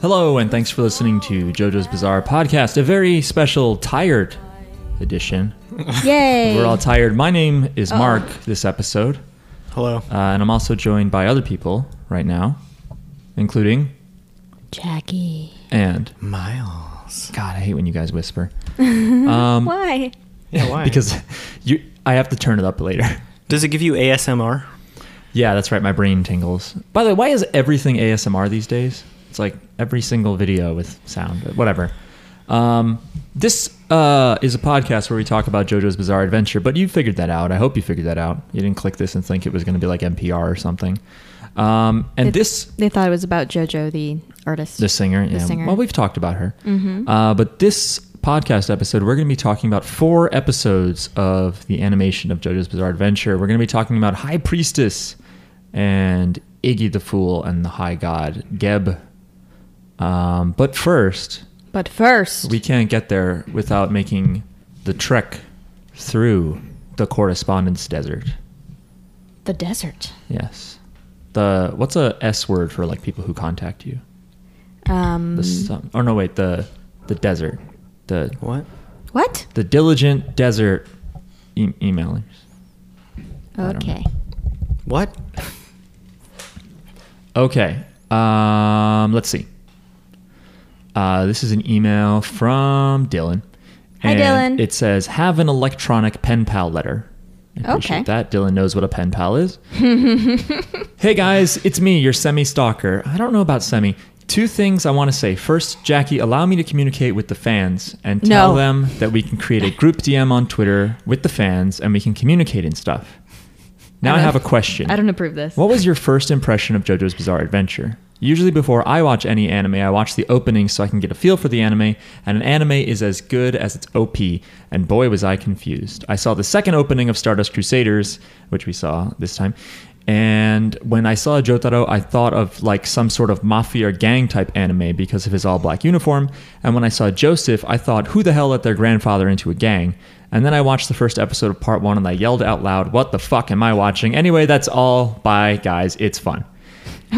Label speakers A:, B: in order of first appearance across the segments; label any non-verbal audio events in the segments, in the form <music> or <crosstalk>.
A: Hello, and thanks for listening to JoJo's Bizarre Podcast, a very special tired edition.
B: Yay!
A: We're all tired. My name is Mark this episode,
C: Hello.
A: uh, and I'm also joined by other people right now, including
B: Jackie.
A: and
C: Miles.
A: God, I hate when you guys whisper. Um,
B: Why?
C: Yeah,
A: <laughs>
C: why?
A: Because you, I have to turn it up later.
C: does it give you ASMR?
A: Yeah, that's right. My brain tingles. By the way, why is everything ASMR these days? It's like every single video with sound, but whatever. Um, this uh, is a podcast where we talk about JoJo's Bizarre Adventure, but you figured that out. I hope you figured that out. You didn't click this and think it was going to be like NPR or something. Um, and
B: It-
A: this
B: They thought it was about JoJo, the artist.
A: the singer.
B: The
A: yeah.
B: singer. Mm-hmm.
A: Well, we've talked about her. Uh, but this podcast episode, we're going to be talking about four episodes of the animation of JoJo's Bizarre Adventure. We're going to be talking about High Priestess and Iggy the Fool and the High God Geb. Um, but first,
B: But first,
A: we can't get there without making the trek through the Correspondence Desert.
B: the desert.
A: Yes. The what's a S word for like people who contact you?
B: Um,
A: the sun, or no wait the the desert the
C: What?
B: what?
A: the diligent desert e- emailers I don't
B: Okay.
C: What?
A: okay um let's see uh, this is an email from Dylan
B: Hi,
A: And
B: Dylan.
A: it says have an electronic pen pal letter I appreciate
B: Okay.
A: that Dylan knows what a pen pal
B: <laughs>
A: is Hey guys, it's me, your semi stalker. I don't know about semi. Two things I want to say. First, Jackie, allow me to communicate with the fans and tell
B: No.
A: them that we can create a group DM on Twitter with the fans and we can communicate and stuff. Now I,
B: I don't-
A: have a question.
B: I don't approve this.
A: What was your first impression of JoJo's Bizarre Adventure? Usually, before I watch any anime, I watch the opening so I can get a feel for the anime, and an anime is as good as its OP, and boy was I confused. I saw the second opening of Stardust Crusaders, which we saw this time, and when I saw Jotaro, I thought of like some sort of mafia or gang type anime because of his all black uniform, and when I saw Joseph, I thought, who the hell let their grandfather into a gang? And then I watched the first episode of part one and I yelled out loud, What the fuck am I watching? Anyway, that's all. Bye, guys. It's fun.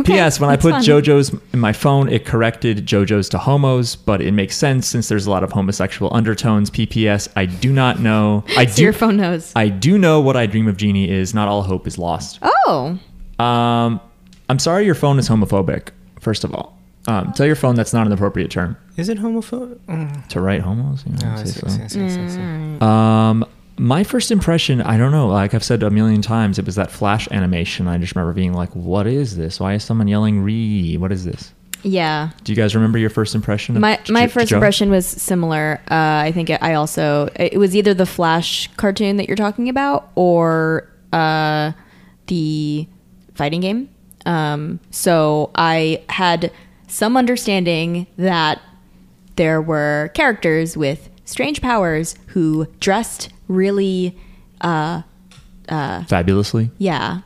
A: P.S. When I
B: that's
A: put
B: fun.
A: JoJo's in my phone, it corrected JoJo's to homos, but it makes sense since there's a lot of homosexual undertones. P.P.S. I do not know. I
B: So
A: do.
B: your phone knows.
A: I do know what I dream of Genie is. Not all hope is lost.
B: oh,
A: Um, I'm sorry your phone is homophobic. First of all, um, tell your phone that's not an appropriate term
C: Is it homophobic?
A: to write homos. You know,
C: No,
A: say
C: Oh,
A: so.
C: I see, I see, I see, I see, I see.
A: Um, my first impression, I don't know, like I've said a million times, it was that flash animation. I just remember being like, what is this? Why is someone yelling re? What is this?
B: yeah.
A: Do you guys remember your first impression? of
B: My
A: J-
B: my
A: J-
B: first
A: Joe?
B: impression was similar. Uh, I think it, I also it was either the Flash cartoon that you're talking about or uh, the fighting game. Um, so I had some understanding that there were characters with strange powers who dressed really
A: Fabulously.
B: yeah.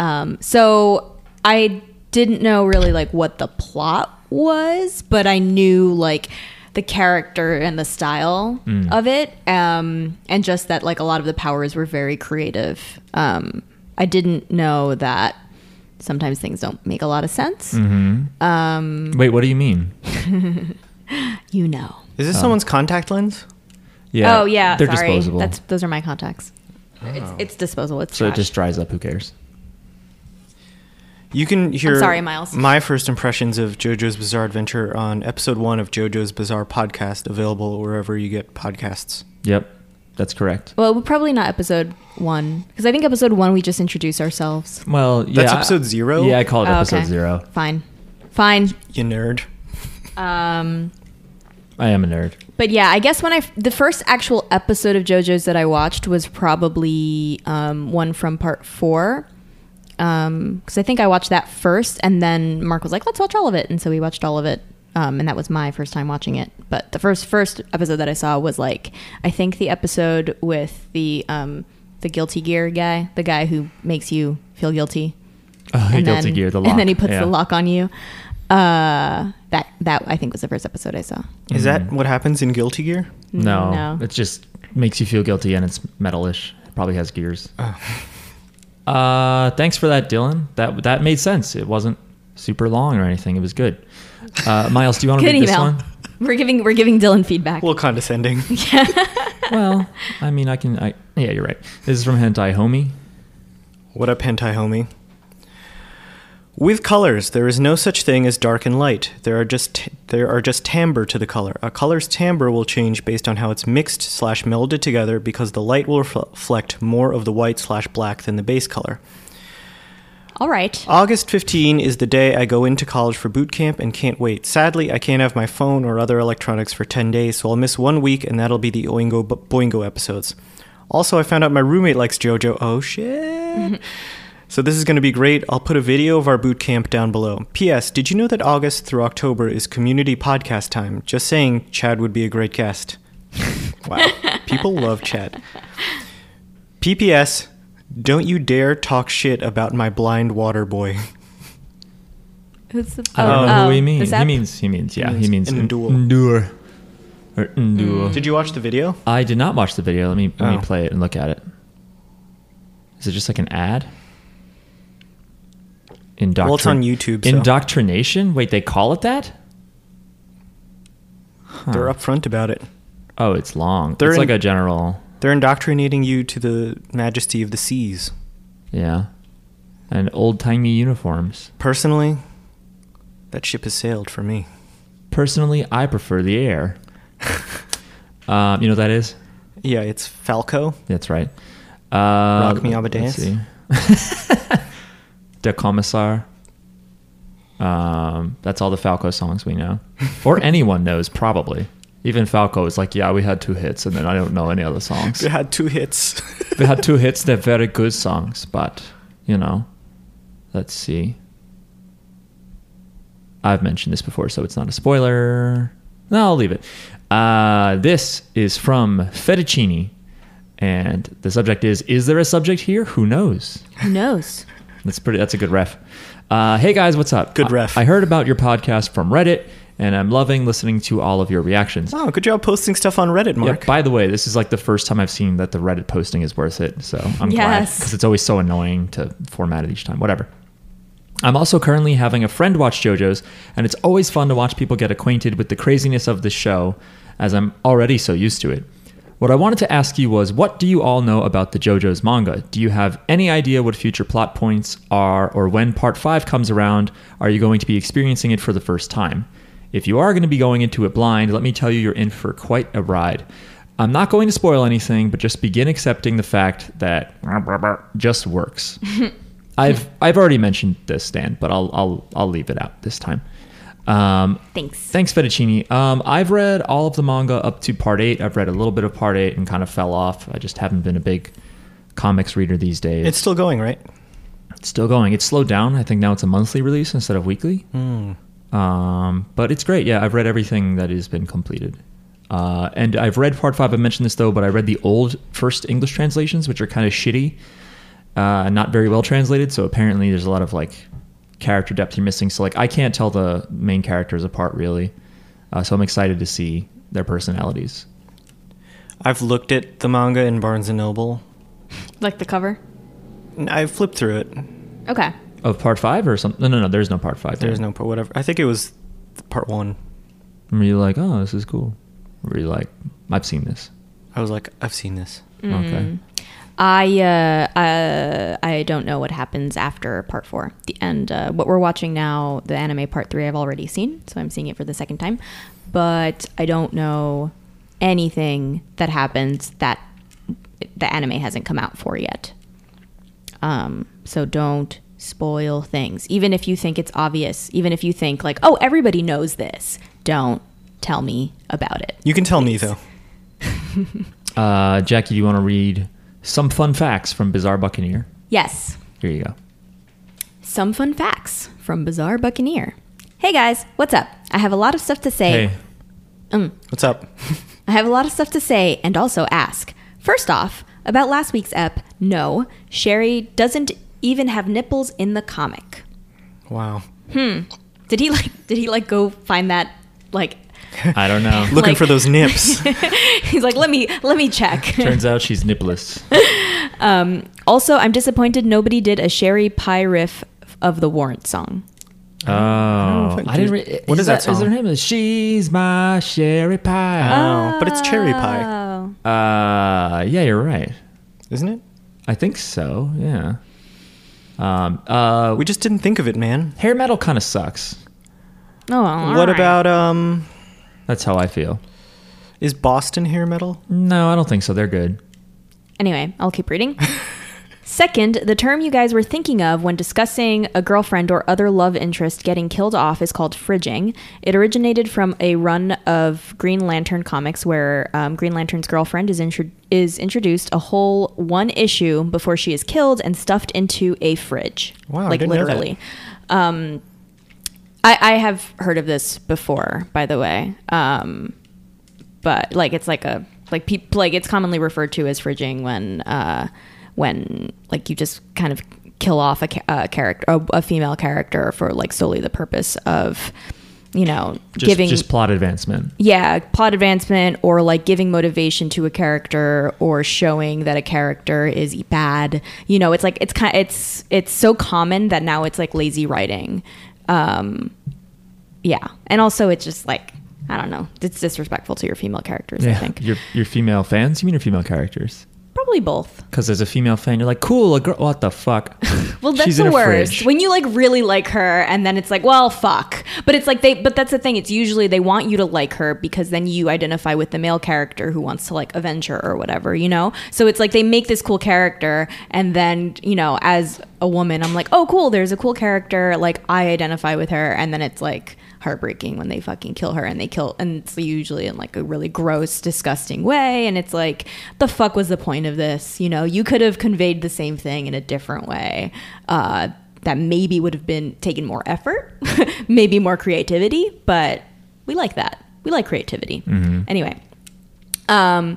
B: Um, so I didn't know really like what the plot was, but I knew like the character and the style
A: Mm.
B: of it, um, and just that like a lot of the powers were very creative. Um, I didn't know that sometimes things don't make a lot of sense.
A: Mm.
B: Mm.
A: Wait, what do you mean?
B: You know.
C: Is this someone's contact lens?
A: Yeah.
B: oh yeah,
A: They're
B: sorry.
A: disposable. Oh.
B: That's those are my contacts. It's, it's disposable. It's
A: so it
B: trash.
A: just dries up. Who cares?
C: You can hear.
B: sorry, Miles.
C: My first impressions of JoJo's Bizarre Adventure on episode one of JoJo's Bizarre Podcast, available wherever you get podcasts.
A: Yep. That's correct.
B: well, probably not episode one because I think episode one we just introduce ourselves.
A: Well, yeah.
C: That's episode zero?
A: Yeah, I call it
B: Oh,
A: episode
B: okay.
A: zero.
B: Fine. Fine.
C: You nerd.
B: Um,
A: I am a nerd.
B: but yeah, I guess when I f- the first actual episode of JoJo's that I watched was probably um, one from part four. Because I think I watched that first, and then Mark was like, "Let's watch all of it," and so we watched all of it, um, and that was my first time watching it. But the first first episode that I saw was like, I think the episode with the um, the guilty gear guy, the guy who makes you feel guilty
A: Oh, <laughs>
B: and
A: Guilty
B: then,
A: Gear, the lock.
B: and then he puts
A: Yeah.
B: the lock on you. Uh, that that I think was the first episode I saw.
C: Is that what happens in Guilty Gear?
A: No,
B: No.
A: It just makes you feel guilty and it's metalish. It probably has <laughs>
C: Oh.
A: gears. Uh, thanks for that, Dylan. That that made sense. It wasn't super long or anything. It was good. Uh, Miles, do you want to
B: Good
A: read this
B: email.
A: one?
B: We're giving we're giving Dylan feedback.
C: A little condescending.
A: Well, I mean, I can. I, yeah, you're right. This is from Hentai Homie.
C: What up, hentai homie? With colors, there is no such thing as dark and light. There are just there are just timbre to the color. A color's timbre will change based on how it's mixed slash melded together because the light will refl- reflect more of the white slash black than the base color.
B: All right.
C: August 15 is the day I go into college for boot camp and can't wait. Sadly, I can't have my phone or other electronics for 10 days, so I'll miss one week and that'll be the Oingo B- Boingo episodes. Also, I found out my roommate likes JoJo. Oh shit. so this is going to be great. I'll put a video of our boot camp down below. P.S. Did you know that August through October is community podcast time? Just saying, Chad would be a great guest. wow. People love Chad. PPS, don't you dare talk shit about my blind water boy.
B: Who's the?
A: I don't know who
B: oh,
A: he
B: the
A: means. He
B: Zap?
A: means he means yeah. He means
C: means endure.
A: endure or endure.
C: Did you watch the video?
A: I did not watch the video. Let me let
C: Oh.
A: me play it and look at it. Is it just like an ad? Indoctrin-
C: Well, it's on YouTube, so-
A: Indoctrination? Wait, they call it that?
C: They're upfront about it.
A: Oh, it's long.
C: They're
A: it's like
C: in-
A: a general.
C: They're indoctrinating you to the majesty of the seas.
A: Yeah. And old timey uniforms.
C: Personally, that ship has sailed for me.
A: Personally, I prefer the
C: <laughs>
A: air. um, you know what that is?
C: Yeah, it's Falco.
A: That's right. Uh,
C: Rock me, Amadeus.
A: let's see. <laughs> Der Kommissar. Um, that's all the Falco songs we know,
C: <laughs>
A: or anyone knows probably. Even Falco is like, yeah, we had two hits, and then I don't know any other songs.
C: It had
A: <laughs>
C: two hits.
A: we had two hits; they're very good songs, but you know, let's see. I've mentioned this before, so it's not a spoiler. No, I'll leave it. Uh, this is from Fettuccini, and the subject is: Is there a subject here? Who knows?
B: Who knows?
A: That's pretty. That's a good ref. Uh, hey guys, what's up?
C: Good ref.
A: I, I heard about your podcast from Reddit, and I'm loving listening to all of your reactions.
C: <laughs> oh, good job posting stuff on Reddit,
A: Yeah,
C: Mark.
A: by the way, this is like the first time I've seen that the Reddit posting is worth it. So I'm glad
B: Yes.
A: because it's always so annoying to format it each time. Whatever. I'm also currently having a friend watch JoJo's, and it's always fun to watch people get acquainted with the craziness of the show, as I'm already so used to it. What I wanted to ask you was, what do you all know about the JoJo's manga? Do you have any idea what future plot points are, or when part 5 comes around, are you going to be experiencing it for the first time? If you are going to be going into it blind, let me tell you, you're in for quite a ride. I'm not going to spoil anything, but just begin accepting the fact that just works. I've I've already mentioned this, Dan, but I'll I'll I'll leave it out this time. Um,
B: Thanks.
A: thanks, Fettuccini. Um, I've read all of the manga up to part eight. I've read a little bit of part eight and kind of fell off. I just haven't been a big comics reader these days.
C: It's still going, right?
A: It's still going. It's slowed down. I think now it's a monthly release instead of weekly.
C: Hmm.
A: Um, but it's great. Yeah, I've read everything that has been completed. Uh, and I've read part five. I mentioned this though, but I read the old first English translations, which are kind of shitty, uh, not very well translated. So apparently, there's a lot of like character depth you're missing. So like, I can't tell the main characters apart really. Uh, so I'm excited to see their personalities.
C: I've looked at the manga in Barnes and Noble.
B: Like the cover.
C: and I flipped through it.
B: Okay.
A: Of part five or something? No, no, no. There's no part five.
C: There's no part whatever. I think it was part one.
A: Were you like, oh, this is cool? Were you like, I've seen this?
C: I was like, I've seen this. Mm.
A: Okay.
B: I uh, uh, I don't know what happens after part four, The- and uh, what we're watching now, the anime part three, I've already seen, so I'm seeing it for the second time. But I don't know anything that happens that the anime hasn't come out for yet. Um, so don't spoil things, even if you think it's obvious, even if you think like, oh, everybody knows this. Don't tell me about it.
C: You can tell me though.
A: Uh, Jackie, do you want to read some fun facts from Bizarre Buccaneer?
B: Yes.
A: Here you go.
B: Some fun facts from Bizarre Buccaneer. Hey guys, what's up? I have a lot of stuff to say.
A: Hey,
C: What's up?
B: I have a lot of stuff to say and also ask. First off, about last week's ep, no, Sherry doesn't even have nipples in the comic.
C: Wow.
B: Did he <laughs> like did he like go find that like
A: <laughs>
B: <laughs>
A: I don't
C: <laughs>
A: know.
C: Looking
B: Like-
C: for those nips.
B: he's like let me let me
C: <laughs>
B: check.
A: Turns out she's nippless.
B: also, I'm disappointed nobody did a Sherry pie riff of the Warrant song.
A: Oh, I,
C: if I
A: didn't.
C: did-
A: Re-
C: what is that
A: Is there
C: song?
A: name? She's my sherry pie.
C: Oh, but it's cherry pie,
B: Oh.
A: Uh, yeah, you're right.
C: isn't it?
A: I think so. Yeah. Um. Uh.
C: We just didn't think of it, man.
A: hair metal kind of sucks.
B: Oh, well, all
C: what
B: right.
C: about um?
A: That's how I feel.
C: Is Boston hair metal?
A: No, I don't think so. They're good.
B: Anyway, I'll keep reading. <laughs> Second, the term you guys were thinking of when discussing a girlfriend or other love interest getting killed off is called fridging. It originated from a run of Green Lantern comics where um, Green Lantern's girlfriend is, intro- is introduced a whole one issue before she is killed and stuffed into a fridge.
C: Wow, I
B: like
C: didn't know that.
B: literally. Um, I, I have heard of this before, by the way. Um, but like it's like a like people like it's commonly referred to as fridging when uh when like you just kind of kill off a, ca- a character a, a female character for like solely the purpose of you know
A: Just,
B: giving
A: just plot advancement.
B: yeah plot advancement or like giving motivation to a character or showing that a character is bad you know it's like it's kind it's it's so common that now it's like lazy writing um yeah and also it's just like i don't know it's disrespectful to your female characters i think
A: Your your female fans. You mean your female characters?
B: probably both
A: Because as a female fan, you're like, cool, a girl. What the fuck?
B: <laughs> Well, that's
A: She's in
B: the
A: a
B: worst.
A: fridge.
B: When you like really like her, and then it's like, well, fuck. But it's like they. But that's the thing. It's usually they want you to like her because then you identify with the male character who wants to like avenge her or whatever, you know. So it's like they make this cool character, and then you know, as a woman, I'm like, oh, cool. There's a cool character. Like I identify with her, and then it's like heartbreaking when they fucking kill her and they kill and it's usually in like a really gross disgusting way and it's like the fuck was the point of this you know you could have conveyed the same thing in a different way uh, that maybe would have been taken more effort <laughs> maybe more creativity but we like that we like creativity
A: Mm-hmm.
B: anyway um,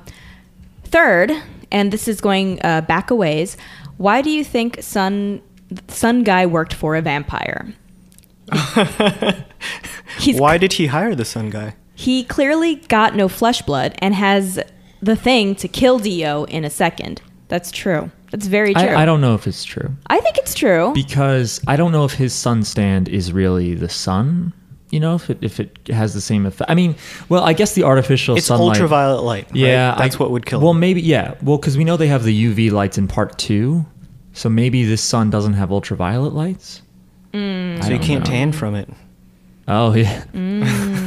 B: third and this is going uh, back a ways why do you think sun sun guy worked for a vampire He's
C: Why did he hire the sun guy?
B: He clearly got no flesh blood and has the thing to kill Dio in a second. That's true. That's very true.
A: I, I don't know if it's true
B: I think it's true.
A: because I don't know if his sun stand is really the sun. You know, if it if it has the same effect. I mean, well, I guess the artificial
C: It's
A: sunlight.
C: ultraviolet light. right?
A: Yeah,
C: that's
A: I-
C: what would kill.
A: Well,
C: him.
A: maybe yeah. Well, because we know they have the UV lights in part two, so maybe this sun doesn't have ultraviolet lights.
B: Mm.
A: I
C: so you
A: don't
C: can't
A: know.
C: tan from it.
A: Oh yeah.
B: Mm.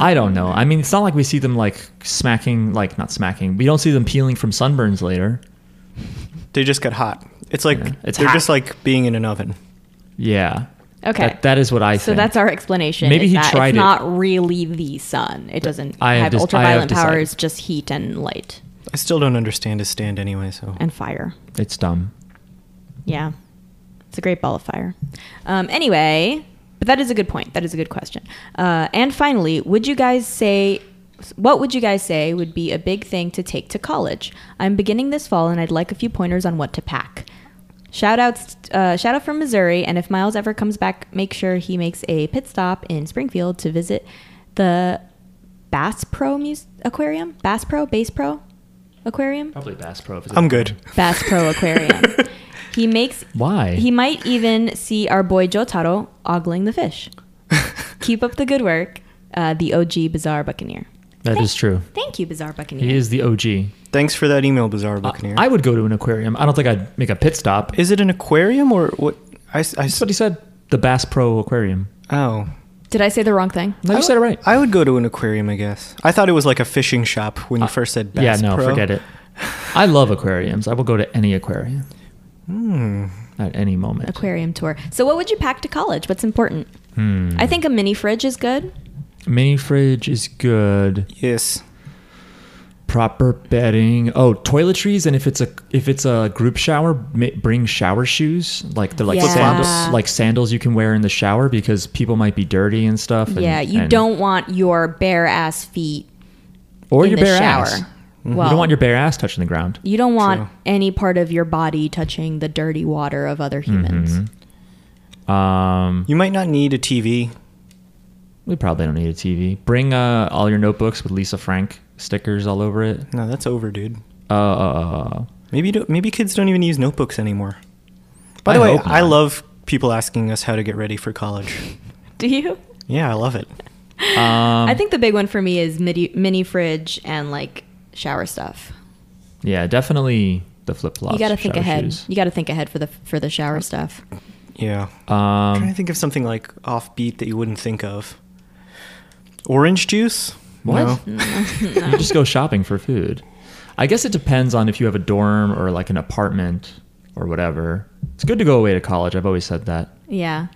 A: <laughs> I don't know. I mean, it's not like we see them like smacking, like not smacking. We don't see them peeling from sunburns later.
C: They just got hot. It's like
A: Yeah, it's
C: they're
A: hot.
C: just like being in an oven.
A: Yeah.
B: okay.
A: That, that is what I
B: so
A: think.
B: that's our explanation.
A: Maybe
B: is
A: he
B: that
A: tried
B: it's
A: it.
B: not really the sun. It doesn't
A: I have
B: have,
A: dis- I have
B: ultraviolet
A: decided.
B: powers, just heat and light
C: I still don't understand his stand anyway. So
B: and fire.
A: it's dumb.
B: Yeah. It's a great ball of fire. Um, anyway, but that is a good point. That is a good question. Uh, and finally, would you guys say, what would you guys say would be a big thing to take to college? I'm beginning this fall and I'd like a few pointers on what to pack. Shout outs, uh, shout out from Missouri. And if Miles ever comes back, make sure he makes a pit stop in Springfield to visit the Bass Pro Muse- Aquarium? Bass Pro? Bass Pro Aquarium?
A: Probably Bass Pro. if it's-
C: I'm good.
B: Bass
C: <laughs>
B: Pro Aquarium. he makes
A: Why?
B: he might even see our boy Jotaro ogling the fish. Keep up the good work, uh, the OG Bizarre Buccaneer.
A: That
B: Thank-
A: is true.
B: Thank you, Bizarre Buccaneer.
A: He is the OG.
C: Thanks for that email, Bizarre Buccaneer.
A: Uh, I would go to an aquarium. I don't think I'd make a pit stop.
C: Is it an aquarium or what? I, s- I s-
A: That's what he said. The Bass Pro Aquarium.
C: oh.
B: Did I say the wrong thing?
A: No,
C: I
A: you
C: would-
A: said it right.
C: I would go to an aquarium, I guess. I thought it was like a fishing shop when you
A: Uh,
C: first said
A: yeah,
C: Bass
A: no,
C: Pro. <laughs>
A: forget it. I love aquariums. I will go to any aquarium
C: Hmm.
A: at any moment.
B: Aquarium tour. So, what would you pack to college? What's important?
A: Hmm.
B: I think a mini fridge is good.
A: Mini fridge is good.
C: Yes.
A: Proper bedding. Oh, toiletries, and if it's a if it's a group shower, ma- bring shower shoes. Like they're like
B: Yeah.
A: sandals, like sandals you can wear in the shower because people might be dirty and stuff. and-
B: yeah, you
A: and-
B: don't want your bare ass feet
A: or
B: in
A: your
B: the
A: bare
B: shower.
A: ass. Mm-hmm.
B: Well,
A: you don't want your bare ass touching the ground.
B: you don't want
C: True.
B: any part of your body touching the dirty water of other
A: Mm-hmm.
B: humans.
A: <laughs> Um,
C: You might not need a TV.
A: we probably don't need a TV. Bring uh, all your notebooks with Lisa Frank stickers all over it.
C: No, that's over, dude.
A: Uh, uh, uh, uh,
C: Maybe you don't, maybe kids don't even use notebooks anymore. By
A: I
C: the way,
A: hope
C: I
A: not.
C: love people asking us how to get ready for college.
B: Do you?
C: Yeah, I love it.
A: Um,
B: I think the big one for me is midi- mini fridge and like shower stuff.
A: Yeah, definitely the flip flops.
B: you got to think ahead. You got to think ahead for the for the shower stuff.
C: Yeah. I'm trying
A: Um,
C: to think of something like offbeat that you wouldn't think of. Orange juice?
A: What?
C: No.
A: <laughs> you just go shopping for food. I guess it depends on if you have a dorm or like an apartment or whatever. It's good to go away to college. I've always said that.
B: Yeah,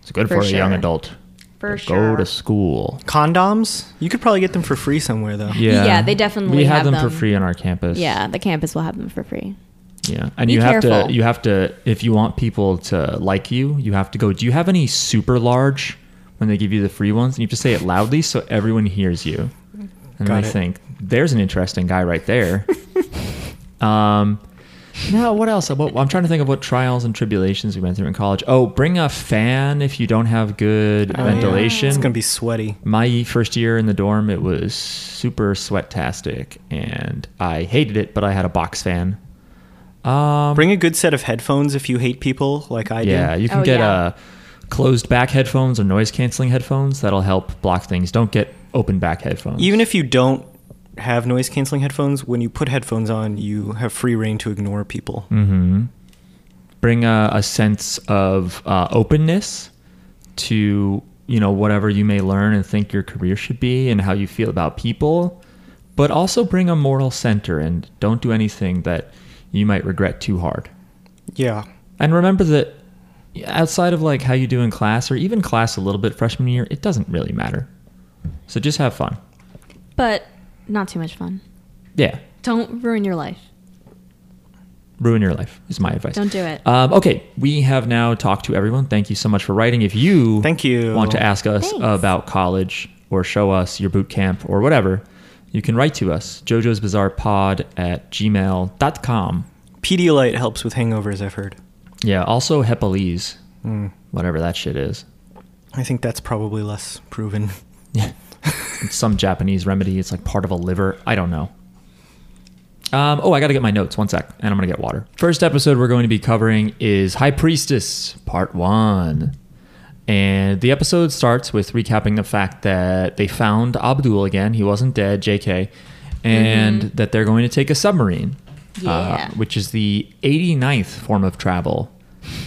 A: It's good for,
B: For
A: a young
B: sure.
A: adult.
B: for
A: But Go to school.
C: Condoms? You could probably get them for free somewhere though.
A: Yeah,
B: Yeah, they definitely
A: we have
B: have
A: them, for
B: them.
A: free on our campus.
B: yeah, the campus will have them for free.
A: yeah, and
B: Be
A: you have to
B: careful.
A: you have to if you want people to like you, you have to go. Do you have any super large when they give you the free ones? And you have to say it loudly so everyone hears you, and
C: Got
A: they
C: it.
A: think there's an interesting guy right there. um, no, what else? What, I'm trying to think of what trials and tribulations we went through in college. Oh, bring a fan if you don't have good
C: Oh, yeah.
A: ventilation.
C: It's gonna be sweaty.
A: my first year in the dorm, it was super sweat-tastic, and I hated it, but I had a box fan. Um,
C: Bring a good set of headphones if you hate people like I
A: yeah,
C: do.
A: you can
B: Oh,
A: get
B: yeah.
A: uh, closed back headphones or noise canceling headphones. That'll help block things. Don't get open back headphones.
C: Even if you don't have noise canceling headphones, when you put headphones on, you have free reign to ignore people.
A: hmm Bring a, a sense of uh, openness to you know whatever you may learn and think your career should be and how you feel about people, but also bring a moral center and don't do anything that you might regret too hard.
C: Yeah.
A: And remember that outside of like how you do in class or even class a little bit freshman year, it doesn't really matter. So just have fun.
B: But not too much fun.
A: Yeah.
B: Don't ruin your life.
A: Ruin your life is my advice.
B: Don't do it.
A: Um, okay, we have now talked to everyone. Thank you so much for writing. If you
C: Thank you.
A: want to ask us
B: Thanks.
A: about college or show us your boot camp or whatever, you can write to us, Jojo's Bizarre Pod at gmail.com.
C: Pedialyte helps with hangovers, I've heard.
A: Yeah, also Hepalese,
C: Mm.
A: whatever that shit is.
C: I think that's probably less proven.
A: Yeah. it's some Japanese remedy. It's like part of a liver. I don't know. Um, oh, I got to get my notes. One sec. And I'm going to get water. First episode we're going to be covering is High Priestess, Part 1. And the episode starts with recapping the fact that they found Abdul again. He wasn't dead, JK. And that they're going to take a submarine,
B: Mm-hmm.
A: uh,
B: Yeah.
A: which is the 89th form of travel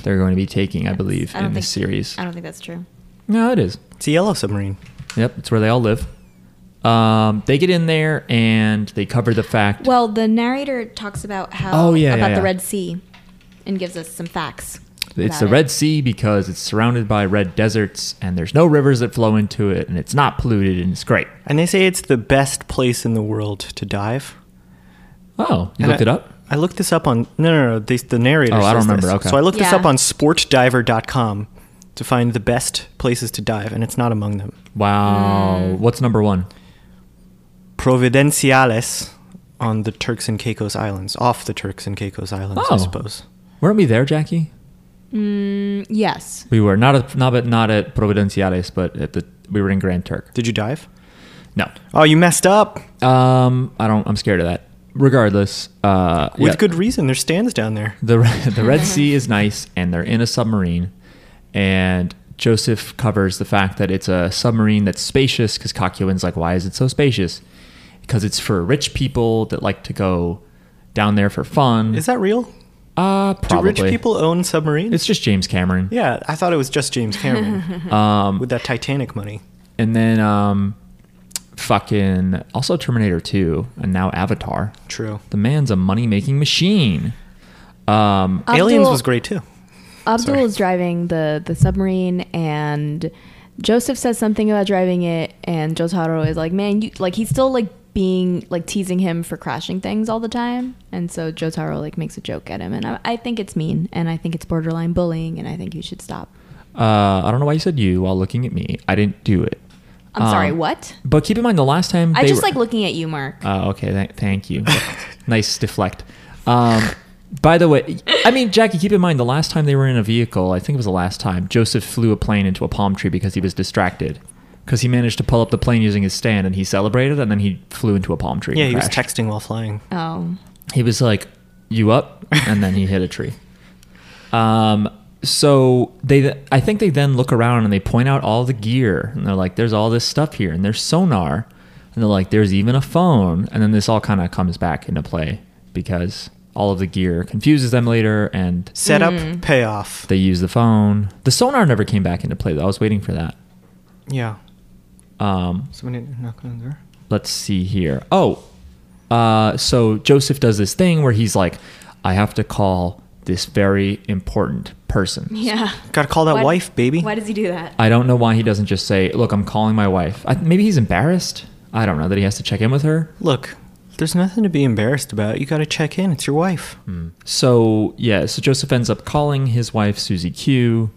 A: they're going to be taking, I believe,
B: I
A: in
B: don't
A: this
B: think-
A: series.
B: I don't think that's true.
A: No, it is.
C: It's a yellow submarine.
A: Yep, it's where they all live. Um, they get in there and they cover the fact.
B: Well, the narrator talks about how
A: Oh, yeah,
B: about
A: yeah,
B: the
A: yeah.
B: Red Sea, and gives us some facts.
A: it's
B: about
A: the
B: it.
A: Red Sea because it's surrounded by red deserts and there's no rivers that flow into it and it's not polluted and it's great.
C: And they say it's the best place in the world to dive.
A: Oh, you
C: And
A: looked
C: I-
A: it up?
C: I looked this up on no no no the, the narrator.
A: Oh, I don't
C: says
A: remember,
C: this.
A: okay.
C: So I looked this
B: Yeah.
C: up on sportdiver.com to find the best places to dive, and it's not among them.
A: Wow.
B: Mm.
A: What's number one?
C: Providenciales on the Turks and Caicos Islands, off the Turks and Caicos Islands,
A: Oh.
C: I suppose.
A: Weren't we there, Jackie?
B: Mm, yes.
A: We were not at not at, not at Providenciales, but at the we were in Grand Turk.
C: Did you dive?
A: No,
C: Oh, you messed up
A: um, I don't. I'm scared of that. Regardless, uh,
C: with
A: yeah.
C: good reason. There's stands down there.
A: the Re- <laughs> the Red Sea is nice, and they're in a submarine, and Joseph covers the fact that it's a submarine that's spacious because Kakyoin's like, why is it so spacious? Because it's for rich people that like to go down there for fun.
C: Is that real?
A: uh, probably.
C: Do rich people own submarines?
A: It's just James Cameron.
C: yeah, I thought it was just James
A: <laughs>
C: Cameron
A: Um,
C: with that Titanic money.
A: and then um, fucking also Terminator Two, and now Avatar.
C: True.
A: The man's a money making machine. Um,
C: Aliens
B: Abdul-
C: was great too.
B: Abdul
C: Sorry.
B: is driving the the submarine and Joseph says something about driving it and Jotaro is like, "Man, you like he's still like being like teasing him for crashing things all the time." And so Jotaro like makes a joke at him and I, I think it's mean and I think it's borderline bullying and I think you should stop.
A: uh, I don't know why you said you while looking at me. I didn't do it.
B: I'm sorry,
A: Um,
B: what?
A: But keep in mind, the last time
B: I
A: they
B: just
A: were-
B: like looking at you, Mark.
A: Oh, okay. Th- thank
C: <laughs>
A: you. nice deflect. Um, by the way, I mean Jackie. Keep in mind, the last time they were in a vehicle, I think it was the last time Joseph flew a plane into a palm tree because he was distracted. Because he managed to pull up the plane using his stand, and he celebrated, and then he flew into a palm tree. and
C: Yeah, he was
A: crashed.
C: texting while flying.
B: oh.
A: He was like, "You up?" and then he hit a tree. Um, so they i think they then look around and they point out all the gear and they're like there's all this stuff here and there's sonar and they're like there's even a phone and then this all kind of comes back into play because all of the gear confuses them later and
C: Setup, payoff.
A: they use the phone the sonar never came back into play though i was waiting for that
C: Yeah.
A: um,
C: Somebody knock on the door.
A: let's see here. Oh, uh, so Joseph does this thing where he's like, I have to call this very important person.
B: Yeah.
C: Gotta call that
B: Why-
C: wife, baby.
B: Why does he do that?
A: I don't know why he doesn't just say, Look, I'm calling my wife. I, maybe he's embarrassed. I don't know that he has to check in with her.
C: Look, there's nothing to be embarrassed about. You gotta check in. It's your wife.
A: Mm. So, yeah, so Joseph ends up calling his wife, Susie Q.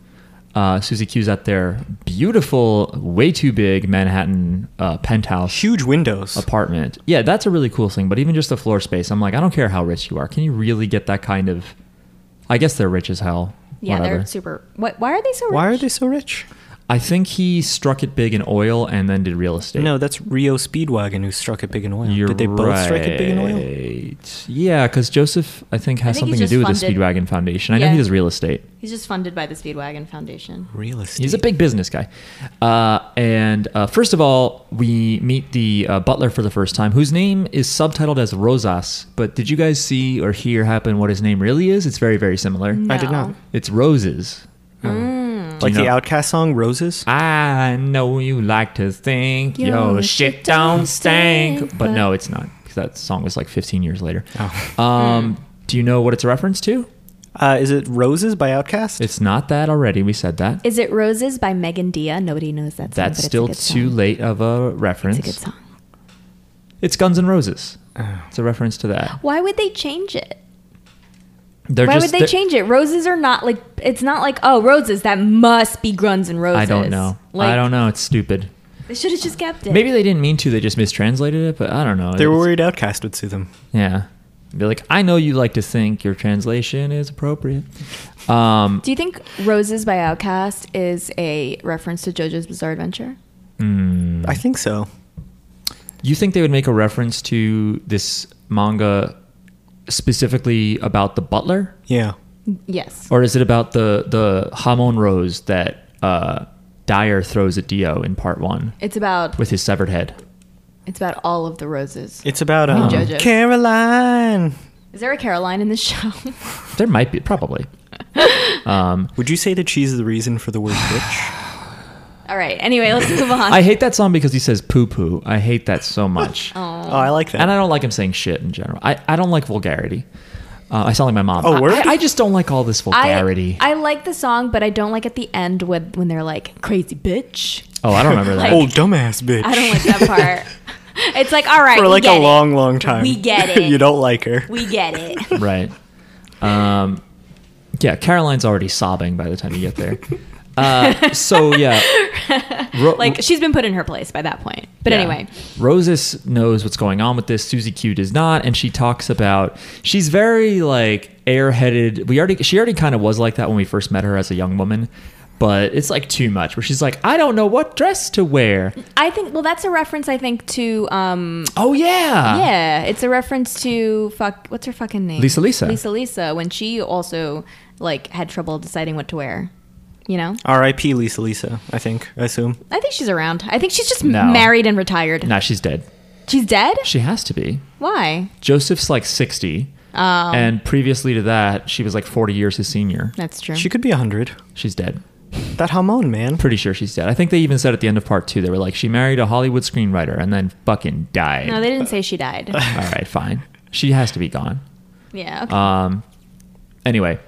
A: Uh, Susie Q's at their beautiful, way too big Manhattan uh, penthouse.
C: Huge windows.
A: apartment. Yeah, that's a really cool thing. But even just the floor space, I'm like, I don't care how rich you are. Can you really get that kind of? I guess they're rich as hell.
B: Yeah,
A: Whatever.
B: they're super. What, why are they so?
C: Why are
B: rich?
C: they so rich?
A: I think he struck it big in oil and then did real estate.
C: No, that's Rio Speedwagon who struck it big in oil.
A: You're
C: Did they both strike it big in oil?
A: right. Yeah, because Joseph, I think, has
B: I think he's
A: something to do with
B: just
A: the
B: funded-
A: Speedwagon Foundation. I know
B: Yeah.
A: he does real estate.
B: He's just funded by the Speedwagon Foundation.
C: Real estate.
A: He's a big business guy. Uh, and uh, first of all, we meet the uh, butler for the first time, whose name is subtitled as Rosas. But did you guys see or hear happen what his name really is? It's very, very similar.
C: I did
B: No.
C: not.
A: It's Roses.
C: Like
A: You
C: the
A: know-
C: Outcast song, Roses?
A: I know you like to think
B: Yo,
A: yo
B: the
A: shit
B: shit
A: don't
B: don't
A: stink,
B: stink,
A: but
B: but-
A: no, it's not because that song was like 15 years later.
C: Oh.
A: <laughs> Um, do you know what it's a reference to?
C: Uh, is it Roses by Outcast?
A: It's not that already. We said that.
B: Is it Roses by Megan Dia? Nobody knows that. Song,
A: That's
B: but
A: still
B: it's a
A: too
B: good song.
A: late of a reference.
B: It's a good song.
A: It's Guns N' Roses.
C: Oh.
A: It's a reference to that.
B: Why would they change it?
A: They're
B: Why
A: just,
B: would they
A: they're-
B: change it? Roses are not like it's not like oh roses that must be Guns and Roses.
A: I don't know.
B: Like,
A: I don't know. It's stupid.
B: They should have just kept it.
A: Maybe they didn't mean to. They just mistranslated it, but I don't know.
C: they were
A: It's-
C: worried Outcast would sue them.
A: Yeah. Be like, I know you like to think your translation is appropriate. Um,
B: Do you think Roses by Outkast is a reference to JoJo's Bizarre Adventure?
A: mm.
C: I think so.
A: You think they would make a reference to this manga specifically about the butler,
C: Yeah.
B: Yes.
A: or is it about the the Hamon Rose that uh, Dyer throws at Dio in part one
B: It's about
A: with his severed head?
B: it's about all of the roses.
C: It's about um,
B: JoJo.
C: Caroline.
B: Is there a Caroline in this show? <laughs>
A: There might be probably. Um,
C: Would you say that she's the reason for the word bitch?
B: <sighs> all right. Anyway, let's move on.
A: I hate that song because he says poo poo. I hate that so
B: <laughs>
A: much.
C: Oh, I like that.
A: And I don't like him saying shit in general. I, I don't like vulgarity. Uh, I sound like my mom.
C: Oh,
A: I-
C: word?
A: I, I just don't like all this vulgarity.
B: I, I like the song, but I don't like at the end when when they're like crazy bitch.
A: oh, I don't
B: <laughs>
A: remember that.
C: oh, dumbass bitch.
B: I don't like that part. it's like all right.
C: For
B: we
C: like a
B: get it.
C: long, long time.
B: We get it.
C: <laughs> you don't like her.
B: We get it.
A: right. Um, yeah, Caroline's already sobbing by the time you get there. Uh, so
B: <laughs>
A: yeah, Ro- <laughs>
B: Like she's been put in her place by that point. But
A: yeah.
B: anyway,
A: Roses knows what's going on with this. Susie Q does not, and she talks about she's very like airheaded. We already she already kind of was like that when we first met her as a young woman, but it's like too much. Where she's like, I don't know what dress to wear.
B: I think well that's a reference I think to um
A: Oh yeah,
B: yeah, it's a reference to fuck what's her fucking name?
A: Lisa Lisa.
B: Lisa Lisa when she also like had trouble deciding what to wear. You know?
C: R.I.P. Lisa Lisa, I think, I assume.
B: I think she's around. I think she's just
A: No.
B: married and retired.
A: Nah, she's dead.
B: She's dead?
A: She has to be.
B: Why?
A: Joseph's like sixty.
B: Um
A: And previously to that, she was like 40 years his senior.
B: that's true.
C: She could be 100.
A: She's dead.
C: That Hamon, man.
A: Pretty sure she's dead. I think they even said at the end of part two, they were like, she married a Hollywood screenwriter and then fucking died.
B: no, they didn't say she died.
A: All right, fine. She has to be gone.
B: yeah. Okay.
A: Um, anyway,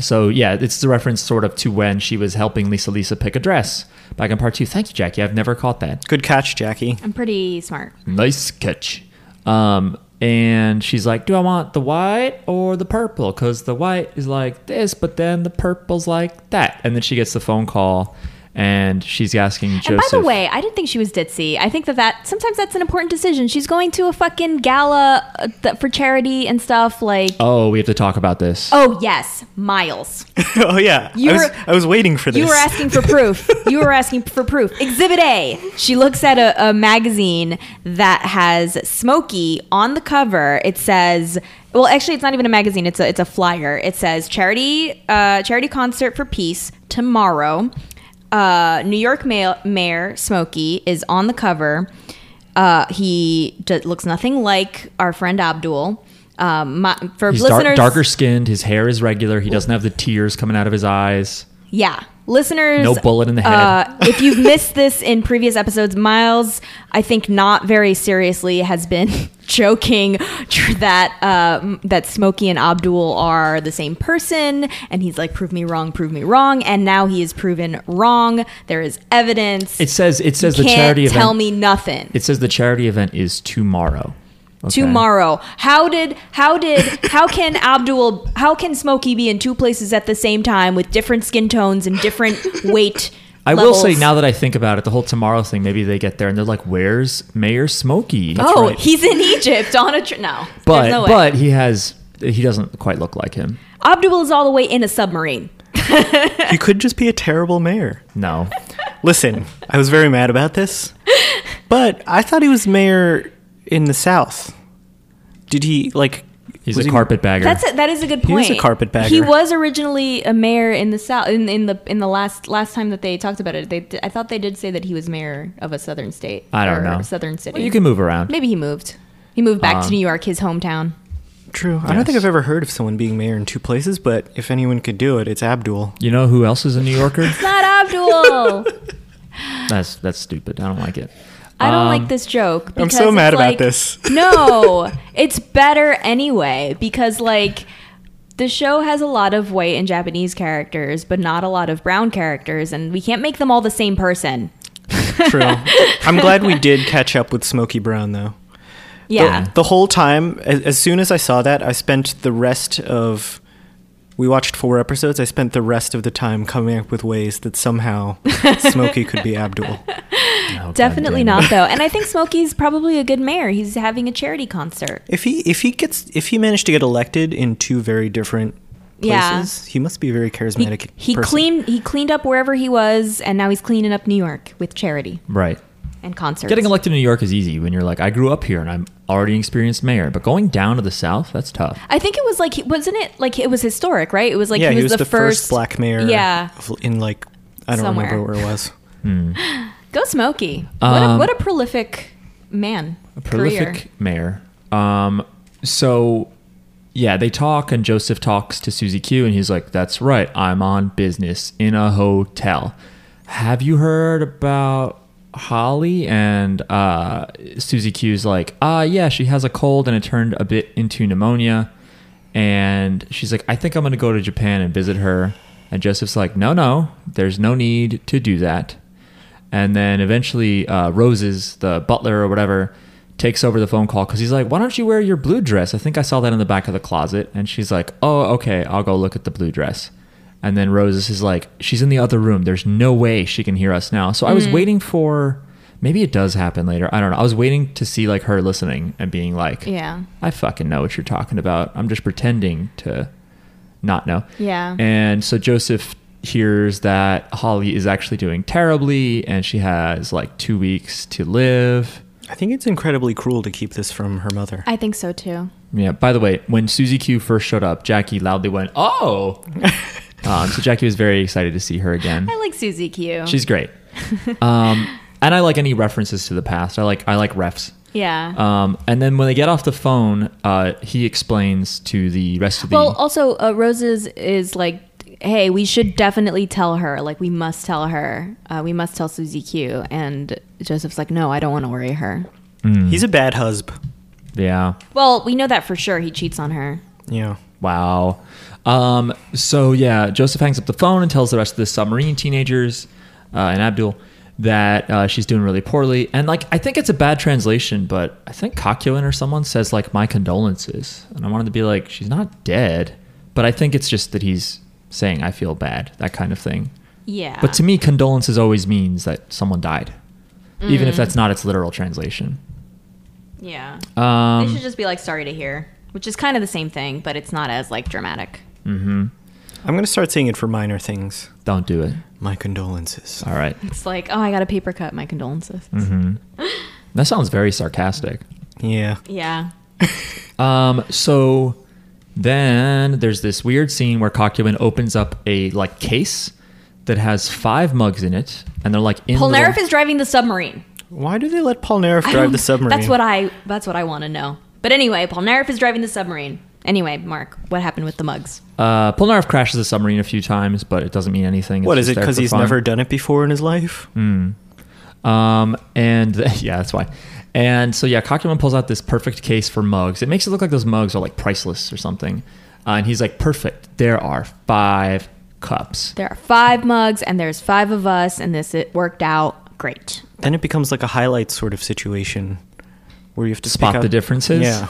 A: so yeah, it's the reference sort of to when she was helping Lisa Lisa pick a dress back in part two. Thank you, Jackie. I've never caught that.
C: Good catch, Jackie. <laughs>
B: I'm pretty smart.
A: Nice catch. Um, and she's like, Do I want the white or the purple? Because the white is like this, but then the purple's like that. And then she gets the phone call, and she's asking Joseph.
B: And by the way, I didn't think she was ditzy. I think that that sometimes that's an important decision. She's going to a fucking gala uh, th- for charity and stuff. Like, oh,
A: oh, we have to talk about this.
B: yes, Miles.
C: oh yeah,
B: You
C: I, was,
B: were-
C: I was waiting for this.
B: You were asking for proof. you were asking for proof. Exhibit A. She looks at a, a magazine that has Smokey on the cover. It says, well, actually, it's not even a magazine. It's a it's a flyer. It says charity uh, charity concert for peace tomorrow. Uh, New York ma- Mayor Smokey is on the cover. Uh, he d- looks nothing like our friend Abdul. Um, my, for
A: He's
B: listeners,
A: dark, darker skinned. His hair is regular. He doesn't have the tears coming out of his eyes.
B: Yeah. Listeners,
A: No bullet in the head.
B: Uh, if
A: <laughs>
B: you've missed this in previous episodes, Miles, I think not very seriously, has been <laughs> joking tr- that uh, that Smokey and Abdul are the same person, and he's like, "Prove me wrong, prove me wrong," and now he is proven wrong. There is evidence.
A: It says it says the
B: Can't
A: charity
B: tell
A: event.
B: me nothing.
A: It says the charity event is tomorrow. Okay.
B: Tomorrow, how did how did how can Abdul how can Smokey be in two places at the same time with different skin tones
A: <laughs>
B: and different weight?
A: I
B: levels?
A: will say now that I think about it, the whole tomorrow thing. Maybe they get there and they're like, "Where's Mayor Smokey?"
B: oh,
C: right.
B: he's in Egypt on a tr- no.
A: but
B: there's no way.
A: but he has he doesn't quite look like him.
B: Abdul is all the way in a submarine.
C: you could just be a terrible mayor.
A: No,
C: Listen, I was very mad about this,
B: <laughs>
C: but I thought he was mayor in the South. Did he like?
A: he's
C: was
A: a
C: he-
A: carpetbagger.
B: That's a, that is a good
C: He
B: point.
C: is a carpetbagger.
B: He was originally a mayor in the south in, in the in the last last time that they talked about it. They d- I thought they did say that he was mayor of a southern state.
A: I don't
B: or
A: know.
B: southern city.
A: Well, you can move around.
B: Maybe he moved. He moved back
A: Um,
B: to New York, his hometown.
C: True. I don't think
A: Yes.
C: I've ever heard of someone being mayor in two places, but if anyone could do it, it's Abdul.
A: You know who else is a New Yorker?
B: It's not
A: <laughs>
B: Abdul.
A: that's that's stupid. I don't like it.
B: I don't
A: Um,
B: like this joke.
C: I'm
B: because
C: so
B: it's
C: mad about
B: like-
C: this.
B: <laughs> no, it's better anyway because like the show has a lot of white and Japanese characters, but not a lot of brown characters, and we can't make them all the same person.
C: True. I'm glad we did catch up with Smokey Brown, though. The-
B: Yeah.
C: The, whole time, as, as soon as I saw that, I spent the rest of. We watched four episodes. I spent the rest of the time coming up with ways that
B: <laughs>
C: somehow Smokey could be Abdul.
A: Oh, God
B: Definitely
A: damn it.
B: not though. And I think Smokey's probably a good mayor. He's having a charity concert.
C: If he if he gets if he managed to get elected in two very different
B: Yeah.
C: places, he must be a very
B: He,
C: charismatic.
B: he
C: person.
B: cleaned he cleaned up wherever he was and now he's cleaning up New York with charity
A: <laughs> Right.
B: and concerts.
A: Getting elected in New York is easy when you're like, I grew up here and I'm already an experienced mayor. But going down to the South, that's tough.
B: I think it was like he- wasn't it like it was historic, right? It was like
C: yeah,
B: he was, the, first,
C: black mayor.
B: Yeah.
C: of- in like I don't
B: Somewhere.
C: remember where it was.
B: Go Smokey.
A: Um,
B: what, a, what a prolific man.
A: A prolific mayor. Um, so, yeah, they talk, and Joseph talks to Susie Q, and he's like, That's right. I'm on business in a hotel. Have you heard about Holly? And uh, Susie Q's like, Ah, yeah, she has a cold, and it turned a bit into pneumonia. And she's like, I think I'm going to go to Japan and visit her. And Joseph's like, No, no, there's no need to do that. And then eventually, uh, Roses, the butler or whatever, takes over the phone call because he's like, Why don't you wear your blue dress? I think I saw that in the back of the closet. And she's like, Oh, okay, I'll go look at the blue dress. And then Roses is like, She's in the other room. There's no way she can hear us now. So I was waiting for. Maybe it does happen later. I don't know. I was waiting to see like her listening and being like,
B: Yeah.
A: I fucking know what you're talking about. I'm just pretending to not know.
B: Yeah.
A: And so Joseph hears that Holly is actually doing terribly and she has like two weeks to live.
C: I think it's incredibly cruel to keep this from her mother.
B: I think so too.
A: Yeah. By the way, when Susie Q first showed up, Jackie loudly went, Oh.
B: <laughs>
A: um, so Jackie was very excited to see her again.
B: I like Susie Q.
A: She's great.
B: <laughs>
A: Um, and I like any references to the past. I like I like refs.
B: yeah.
A: Um, and then when they get off the phone, uh, he explains to the rest of the
B: well, also uh, Roses is like, hey, we should definitely tell her. Like, we must tell her. Uh, we must tell Susie Q. And Joseph's like, no, I don't want to worry her.
A: Mm.
C: He's a bad husband.
A: yeah.
B: Well, we know that for sure. He cheats on her.
C: Yeah.
A: Wow. Um, so yeah, Joseph hangs up the phone and tells the rest of the submarine teenagers uh, and Abdul that uh, she's doing really poorly. And like, I think it's a bad translation, but I think Kakuin or someone says like my condolences, and I wanted to be like she's not dead, but I think it's just that he's saying I feel bad, that kind of thing.
B: Yeah.
A: But to me, condolences always means that someone died, even if that's not its literal translation.
B: yeah.
A: Um,
B: they should just be like sorry to hear, which is kind of the same thing, but it's not as like dramatic.
A: mhm.
C: I'm going to start saying it for minor things. Uh,
A: Don't do it.
C: My condolences.
A: All right.
B: It's like, oh, I got a paper cut. My condolences.
A: Mhm. That sounds very sarcastic.
C: Yeah.
B: Yeah.
A: Um, so then there's this weird scene where Cocuin opens up a like case that has five mugs in it, and they're like in.
B: Polnareff
A: little-
B: is driving the submarine.
C: Why do they let Paul Nareff
B: I
C: drive
B: don't- <laughs>
C: the submarine?
B: That's what I. That's what I want to know. But anyway, Polnareff is driving the submarine. Anyway, Mark, what happened with the mugs?
A: Uh, Polnareff crashes the submarine a few times, but it doesn't mean anything. It's
C: What is
A: just
C: it?
A: there
C: Because
A: for
C: he's
A: fun. Mm.
C: never done it before in his life.
A: Um, and <laughs> yeah, that's why. And so yeah, Cockman pulls out this perfect case for mugs. It makes it look like those mugs are like priceless or something. Uh, and he's like, "Perfect. There are five cups."
B: There are five mugs, and there's five of us, and this it worked out great.
C: Then it becomes like a highlight sort of situation where you have to pick
A: Spot
C: out-
A: the differences. <laughs>
C: Yeah.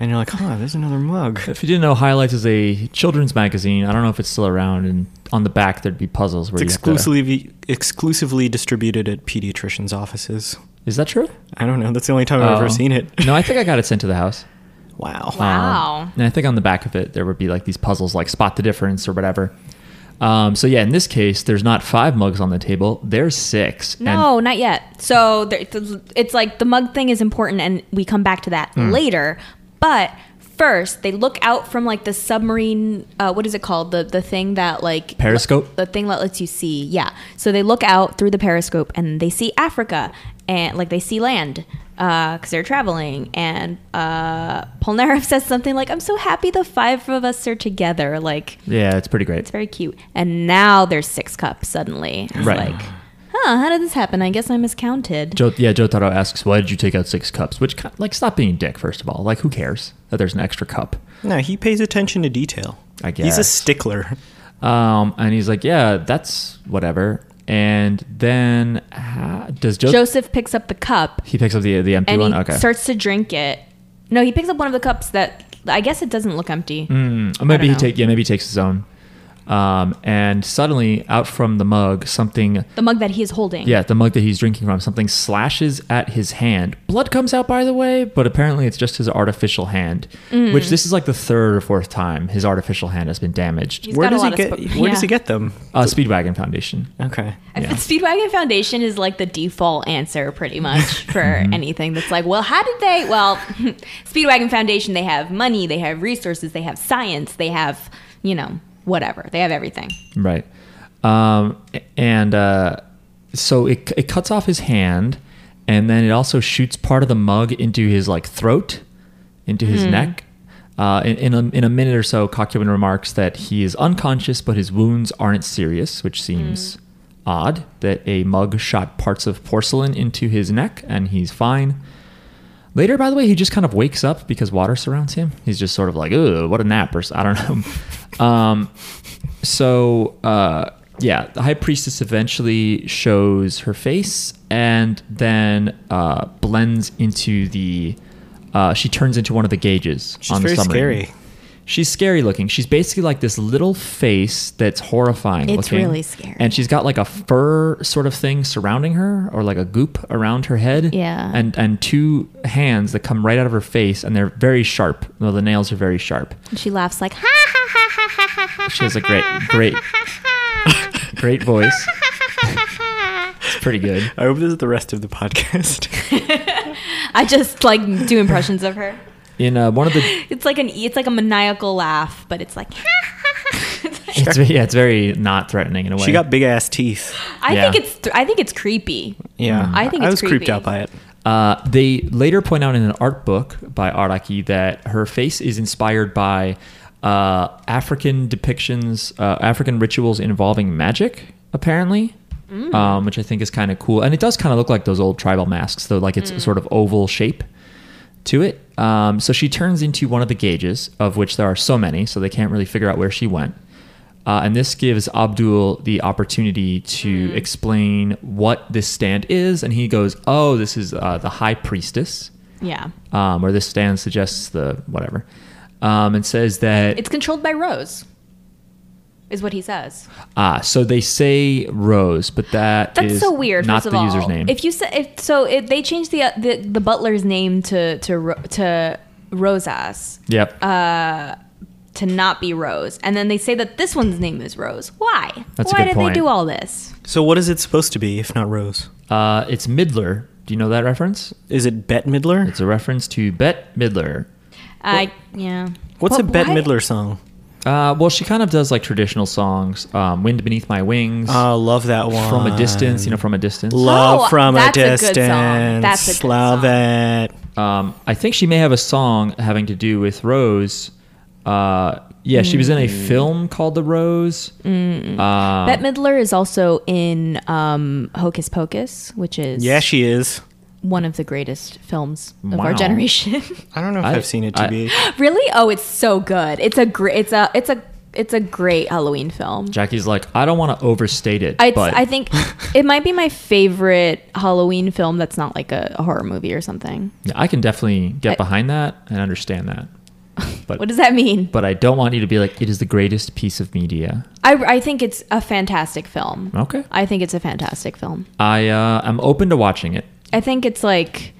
C: and you're like, huh, there's another mug.
A: If you didn't know, Highlights is a children's magazine. I don't know if it's still around. And on the back, there'd be puzzles. Where
C: It's
A: you have to-
C: exclusively exclusively distributed at pediatricians' offices.
A: is that true?
C: I don't know. That's the only time I've
A: Oh.
C: ever seen it.
A: no, I think I got it sent to the
B: <laughs>
A: house.
C: <laughs> wow.
B: Wow.
A: Um, and I think on the back of it, there would be like these puzzles like spot the difference or whatever. Um, so yeah, in this case, there's not five mugs on the table. There's six.
B: No, not yet. So there, it's like the mug thing is important, and we come back to that
A: Hmm.
B: later. But first, they look out from like the submarine. Uh, what is it called? The the thing that like
A: Periscope?
B: The thing that lets you see. Yeah. So they look out through the periscope, and they see Africa, and like they see land. Because they're traveling, and uh, Polnareff <laughs> says something like, "I'm so happy the five of us are together." Like
A: And yeah, it's pretty great.
B: it's very cute. And now there's six cups suddenly. It's
A: Right.
B: like, huh, how did this happen? I guess I miscounted.
A: Joe, yeah, Joe Taro asks, "Why did you take out six cups?" Which, ki- like, stop being a dick. First of all, like, who cares that there's an extra cup?
C: No, he pays attention to detail.
A: I
C: He's a
A: guess.
C: stickler.
A: Um, and he's like, "Yeah, that's whatever." And then ha- does Joe?
B: Joseph picks up the cup
A: he picks up the the empty
B: and
A: one.
B: he
A: Okay,
B: starts to drink it. No, he picks up one of the cups that I guess it doesn't look empty.
A: Mm, or maybe he
B: know.
A: take yeah, maybe he takes his own. Um, and suddenly, out from the mug, something
B: The mug that he is holding.
A: yeah, the mug that he's drinking from, something slashes at his hand. Blood comes out, by the way, but apparently it's just his artificial hand, which this is like the third or fourth time his artificial hand has been damaged.
B: He's
C: where
B: got a
C: does he
B: lot
C: get
B: of sp-
C: where
B: yeah.
C: does he get them?
A: Uh, Speedwagon Foundation.
C: Okay.
B: I-
A: Yeah.
B: Speedwagon Foundation is like the default answer
C: <laughs>
B: pretty much for
C: Mm-hmm.
B: anything that's like, well, how did they? Well, <laughs> Speedwagon Foundation, they have money, they have resources, they have science, they have, you know, whatever. They have everything.
A: Right. Um, and uh, so it, it cuts off his hand, and then it also shoots part of the mug into his like throat, into his neck. Uh, in, in, a, in a minute or so, Cockubin remarks that he is unconscious, but his wounds aren't serious, which seems odd that a mug shot parts of porcelain into his neck and he's fine. Later, by the way, he just kind of wakes up because water surrounds him. He's just sort of like, "Ugh, what a nap!" Or s- I don't
C: <laughs>
A: know. um, so uh, yeah, the high priestess eventually shows her face and then uh, blends into the. Uh, she turns into one of the gauges
C: She's
A: on the
C: very
A: submarine.
C: scary.
A: She's scary looking. She's basically like this little face that's horrifying
B: It's
A: looking.
B: really scary.
A: And she's got like a fur sort of thing surrounding her or like a goop around her head.
B: Yeah.
A: And and two hands that come right out of her face and they're very sharp. No, the nails are very sharp.
B: And she laughs like, ha ha ha ha ha ha ha.
A: She has a great great <laughs> great voice. It's pretty
B: <laughs>
A: good.
C: <laughs> I hope this is the rest of the podcast. <laughs>
B: I just like do impressions of her.
A: In uh, one of the
B: It's like an e, it's like a maniacal laugh, but it's like.
A: it's, yeah, it's very not threatening in a way.
C: she got big ass teeth.
B: I
A: Yeah.
B: think it's th- I think it's creepy.
C: Yeah.
B: I think
C: I was
B: it's
C: creeped
B: creepy.
C: out by it.
A: Uh, they later point out in an art book by Araki that her face is inspired by uh, African depictions, uh, African rituals involving magic, apparently, um, which I think is kind of cool. And it does kind of look like those old tribal masks, though, like it's a sort of oval shape to it. Um, so she turns into one of the gauges, of which there are so many, so they can't really figure out where she went. Uh, and this gives Abdul the opportunity
B: Hmm.
A: to explain what this stand is. And he goes, Oh, this is uh, the high priestess,
B: Yeah,
A: um, or this stand suggests the whatever, um, and says that
B: it's controlled by Rose. is what he says.
A: Ah, so they say Rose, but that
B: That's
A: is
B: so weird.
A: Not
B: first of
A: the
B: all,
A: user's name.
B: If you say if, so, if they changed the, uh, the the butler's name to to Ro- to Rosas
A: yep.
B: uh, to not be Rose, and then they say that this one's name is Rose. Why?
A: That's a
B: Why
A: good
B: did
A: point.
B: they do all this?
C: So what is it supposed to be if not Rose?
A: Uh, it's Midler. Do you know that reference?
C: Is it Bette Midler?
A: It's a reference to Bette Midler.
B: I yeah.
C: What's a
B: What-
C: Bette
B: why-
C: Midler song?
A: Uh, well, she kind of does like traditional songs, um, "Wind Beneath My Wings,"
C: Oh, love that one.
A: "From a Distance," you know, "From a Distance."
C: Love
B: Oh,
C: from
B: that's
C: a
B: a good
C: distance.
B: song. That's a good
C: love
B: song.
C: it.
A: Um, I think she may have a song having to do with Rose. Uh, yeah, she was in a film called The Rose. Uh,
B: Bette Midler is also in um, Hocus Pocus, which is
C: Yeah, she is.
B: one of the greatest films of
A: Wow.
B: our generation. <laughs>
C: I don't know if I,
A: I-
C: have seen it.
A: I-
B: <gasps>
C: TBH.
B: really? Oh, it's so good. It's a great. It's a. It's a. It's a great Halloween film.
A: Jackie's like, I don't want to overstate it,
B: I,
A: but <laughs>
B: I think it might be my favorite Halloween film that's not like a, a horror movie or something.
A: I can definitely get
B: I-
A: behind that and understand that. But
B: What does that mean?
A: but I don't want you to be like, it is the greatest piece of media.
B: I, I think it's a fantastic film.
A: Okay.
B: I think it's a fantastic film.
A: I uh, I'm open to watching it.
B: I think it's like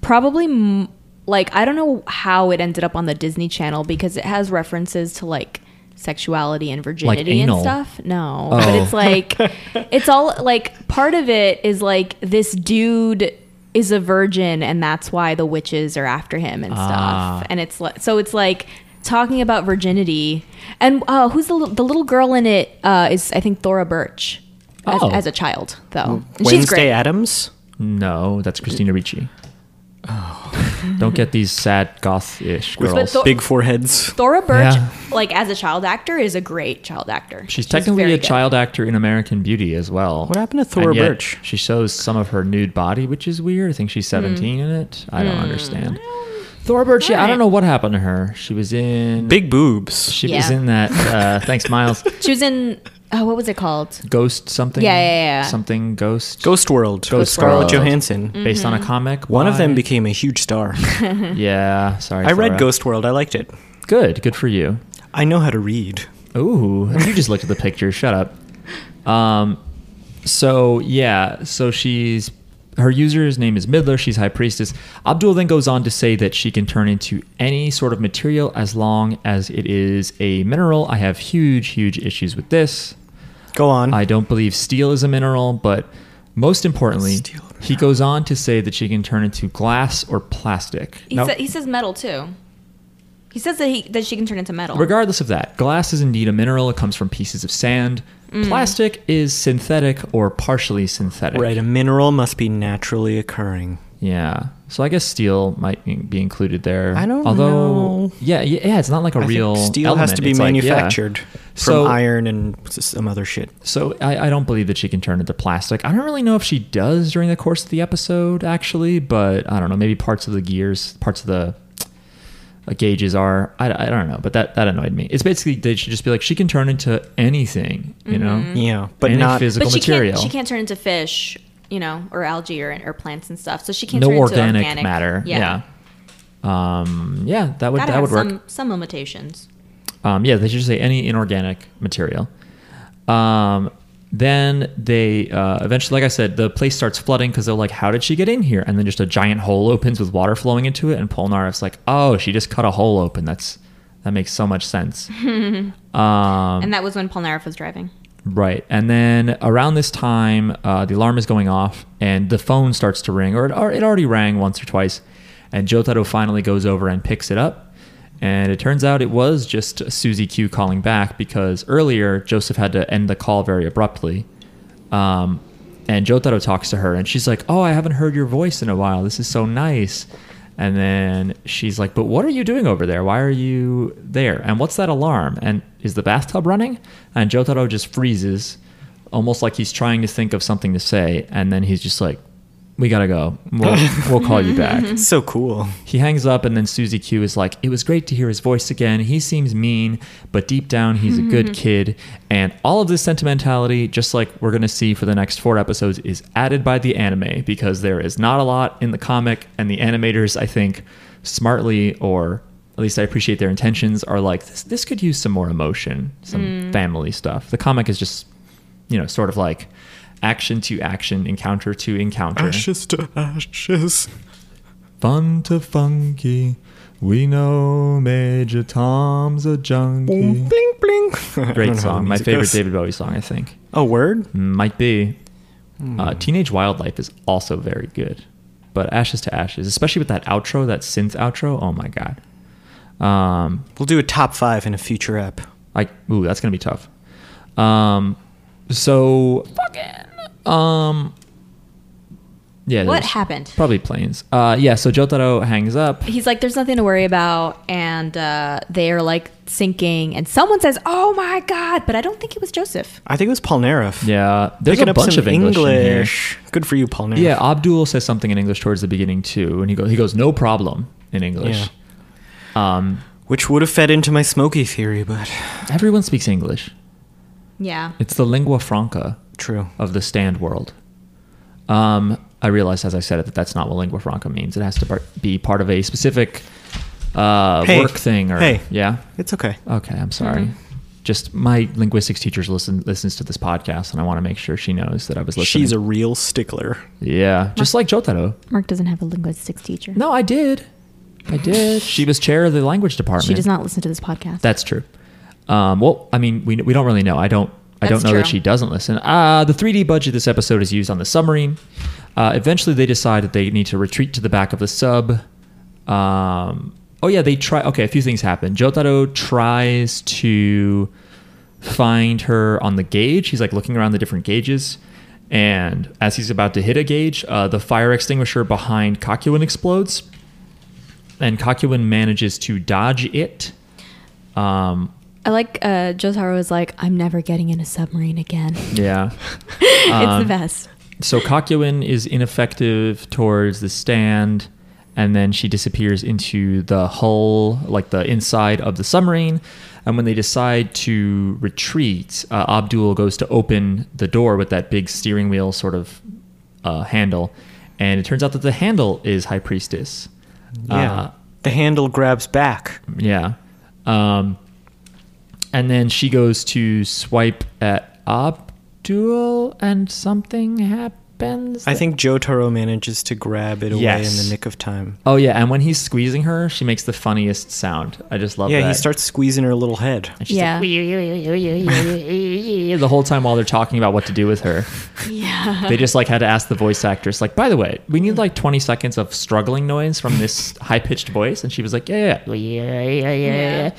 B: probably m- like I don't know how it ended up on the Disney Channel because it has references to like sexuality and virginity
A: anal?
B: and stuff. No,
A: Oh.
B: but
A: <laughs>
B: it's like it's all like part of it is like this dude is a virgin and that's why the witches are after him and stuff.
A: Ah.
B: And it's like so it's like talking about virginity and uh, who's the, li- the little girl in it uh, is I think Thora Birch. As,
A: Oh.
B: as a child, though, And she's
C: Wednesday
B: great.
C: Adams.
A: No, that's Christina Ricci. <laughs> don't get these sad goth-ish girls.
B: Thor-
C: Big foreheads.
B: Thora Birch,
A: Yeah.
B: like as a child actor, is a great child actor.
A: She's technically
B: very
A: a
B: good.
A: child actor in American Beauty as well.
C: What happened to Thora
A: And yet
C: Birch?
A: She shows some of her nude body, which is weird. I think she's
B: Hmm.
A: 17 in it. I don't understand. Thora Birch, yeah, I don't
B: Alright.
A: know what happened to her. She was in.
C: Big boobs.
A: She was
B: Yeah.
A: in that. Uh, thanks,
B: <laughs>
A: Miles.
B: She was in oh, what was it called?
A: Ghost something.
B: Yeah, yeah, yeah.
A: Something ghost.
C: Ghost World.
A: Ghost
C: Scarlett
A: World. Mm.
C: Johansson.
A: Based
B: Mm-hmm.
A: on a comic.
C: One of them
A: by-
C: became a huge
A: <laughs>
C: star.
A: Yeah, sorry.
C: I read
A: Thora.
C: Ghost World. I liked it.
A: Good. Good for you.
C: I know how to read.
A: Ooh, you just looked at the picture. Shut up. Um, so yeah, so she's her user's name is Midler. She's high priestess. Abdul then goes on to say that she can turn into any sort of material as long as it is a mineral. I have huge, huge issues with this.
C: Go on.
A: I don't believe steel is a mineral, but most importantly,
C: Steel mineral.
A: he goes on to say that she can turn into glass or plastic.
B: He,
A: Now-
B: sa- he says metal too. He says that he that she can turn into metal.
A: Regardless of that, glass is indeed a mineral. It comes from pieces of sand.
C: Mm.
A: Plastic is synthetic or partially synthetic.
C: right, a mineral must be naturally occurring.
A: Yeah. So I guess steel might be- be included there.
C: I don't
A: Although,
C: know.
A: Yeah, yeah, yeah, it's not like a
C: I think
A: real
C: steel has
A: element.
C: to be
A: It's like, yeah.
C: manufactured from
A: So-
C: iron and s- some other shit.
A: So I, I don't believe that she can turn into plastic. I don't really know if she does during the course of the episode, actually. But I don't know. Maybe parts of the gears, parts of the uh, gauges are. I, I don't know. But that that annoyed me. It's basically they should just be like she can turn into anything. You know.
C: Yeah, but
A: Any
C: not
A: physical
B: but she
A: material.
B: can't she can't turn into fish, you know, or algae or, or plants and stuff. So she can't
A: no
B: turn into
A: organic,
B: organic
A: matter. Yeah. Um, yeah, that would that
B: Gotta have
A: would
B: some
A: work.
B: some limitations.
A: Um, yeah, they should say any inorganic material. Um, then they uh, eventually, like I said, the place starts flooding because they're like, "How did she get in here?" And then just a giant hole opens with water flowing into it, and Polnareff's like, "Oh, she just cut a hole open. That's that makes so much sense." um,
B: and that was when Polnareff was driving.
A: Right. And then around this time, uh, the alarm is going off and the phone starts to ring, or it, or it already rang once or twice. And Jotaro finally goes over and picks it up. And it turns out it was just Susie Q calling back because earlier Joseph had to end the call very abruptly. Um, and Jotaro talks to her and she's like, Oh, I haven't heard your voice in a while. This is so nice. And then she's like, But what are you doing over there? Why are you there? And what's that alarm? And is the bathtub running? And Jotaro just freezes, almost like he's trying to think of something to say. And then he's just like, We gotta go. We'll, we'll call you back.
C: It's so cool.
A: He hangs up, and then Susie Q is like, It was great to hear his voice again. He seems mean, but deep down, he's a good kid. And all of this sentimentality, just like we're going to see for the next four episodes, is added by the anime because there is not a lot in the comic, and the animators, I think, smartly or at least I appreciate their intentions, are like this. This could use some more emotion, some family stuff. The comic is just, you know, sort of like action to action, encounter to encounter,
C: Ashes to ashes.
A: fun to funky. We know Major Tom's a junkie.
C: Boom, bling, bling. <laughs> I don't know how
A: Mm. Great
C: the
A: song, my
C: music
A: favorite
C: goes.
A: David Bowie song, I think.
C: Oh, word?
A: Might be.
C: Hmm.
A: Uh, Teenage Wildlife is also very good, but Ashes to Ashes, especially with that outro, that synth outro. Oh my god. Um,
C: We'll do a top five in a future app.
A: I ooh, that's gonna be tough. Um, so fucking um, yeah.
B: What
A: there's
B: happened?
A: Probably planes. Uh, yeah. So Jotaro hangs up.
B: He's like, there's nothing to worry about. And uh, they're like sinking. And someone says, oh my God. But I don't think it was Joseph.
C: I think it was Paul Nareff.
A: Yeah, there's
C: Picking
A: a
C: up
A: bunch
C: some
A: of English, in here.
C: Good for you, Paul Nareff.
A: Yeah, Abdul says something in English towards the beginning too, and he goes, he goes, no problem in English. Um,
C: Which would have fed into my Smokey theory, but
A: everyone speaks English.
B: Yeah.
A: It's the lingua franca
C: true.
A: of the stand world. Um, I realized as I said it that that's not what lingua franca means. It has to par- be part of a specific uh,
C: Hey.
A: work thing, or
C: Hey. Mm-hmm.
A: yeah.
C: It's okay.
A: Okay, I'm sorry. Just my linguistics teacher listen listens to this podcast, and I want to make sure she knows that I was listening.
C: She's a real stickler.
A: yeah, just like Jotaro.
B: Mark doesn't have a linguistics teacher.
A: No, I did. I
C: <laughs>
A: did. She was chair of the language department.
B: She does not listen to this podcast.
A: That's true. Um, well, I mean, we, we don't really know. I don't I don't
B: That's
A: know that
B: true.
A: she doesn't listen. Uh, the 3D budget this episode is used on the submarine. Uh, eventually, they decide that they need to retreat to the back of the sub. Um, oh yeah, they try. Okay, a few things happen. Jotaro tries to find her on the gauge. He's like looking around the different gauges. And as he's about to hit a gauge, uh, the fire extinguisher behind Kakuin explodes, and Kakuin manages to dodge it. Um,
B: I like uh, Jotaro is like, I'm never getting in a submarine again. <laughs>
A: yeah. Um,
B: it's the best.
A: So Kakuin is ineffective towards the stand, and then she disappears into the hull, like the inside of the submarine. And when they decide to retreat, uh, Abdul goes to open the door with that big steering wheel sort of uh, handle, and it turns out that the handle is High Priestess.
C: Yeah.
A: Uh,
C: the handle grabs back.
A: Yeah. Um, and then she goes to swipe at Abdul, and something happens.
C: I think Joe Taro manages to grab it away in
A: Yes.
C: the nick of time.
A: Oh yeah, and when he's squeezing her, she makes the funniest sound. I just love
C: yeah,
A: that.
C: he starts squeezing her little head.
A: And she's
B: Yeah.
A: like, the whole time while they're talking about what to do with her.
B: <laughs> yeah.
A: They just like had to ask the voice actress, like, by the way, we need like 20 seconds of struggling noise from this high pitched voice, and she was like, yeah, yeah, yeah, yeah, yeah. yeah.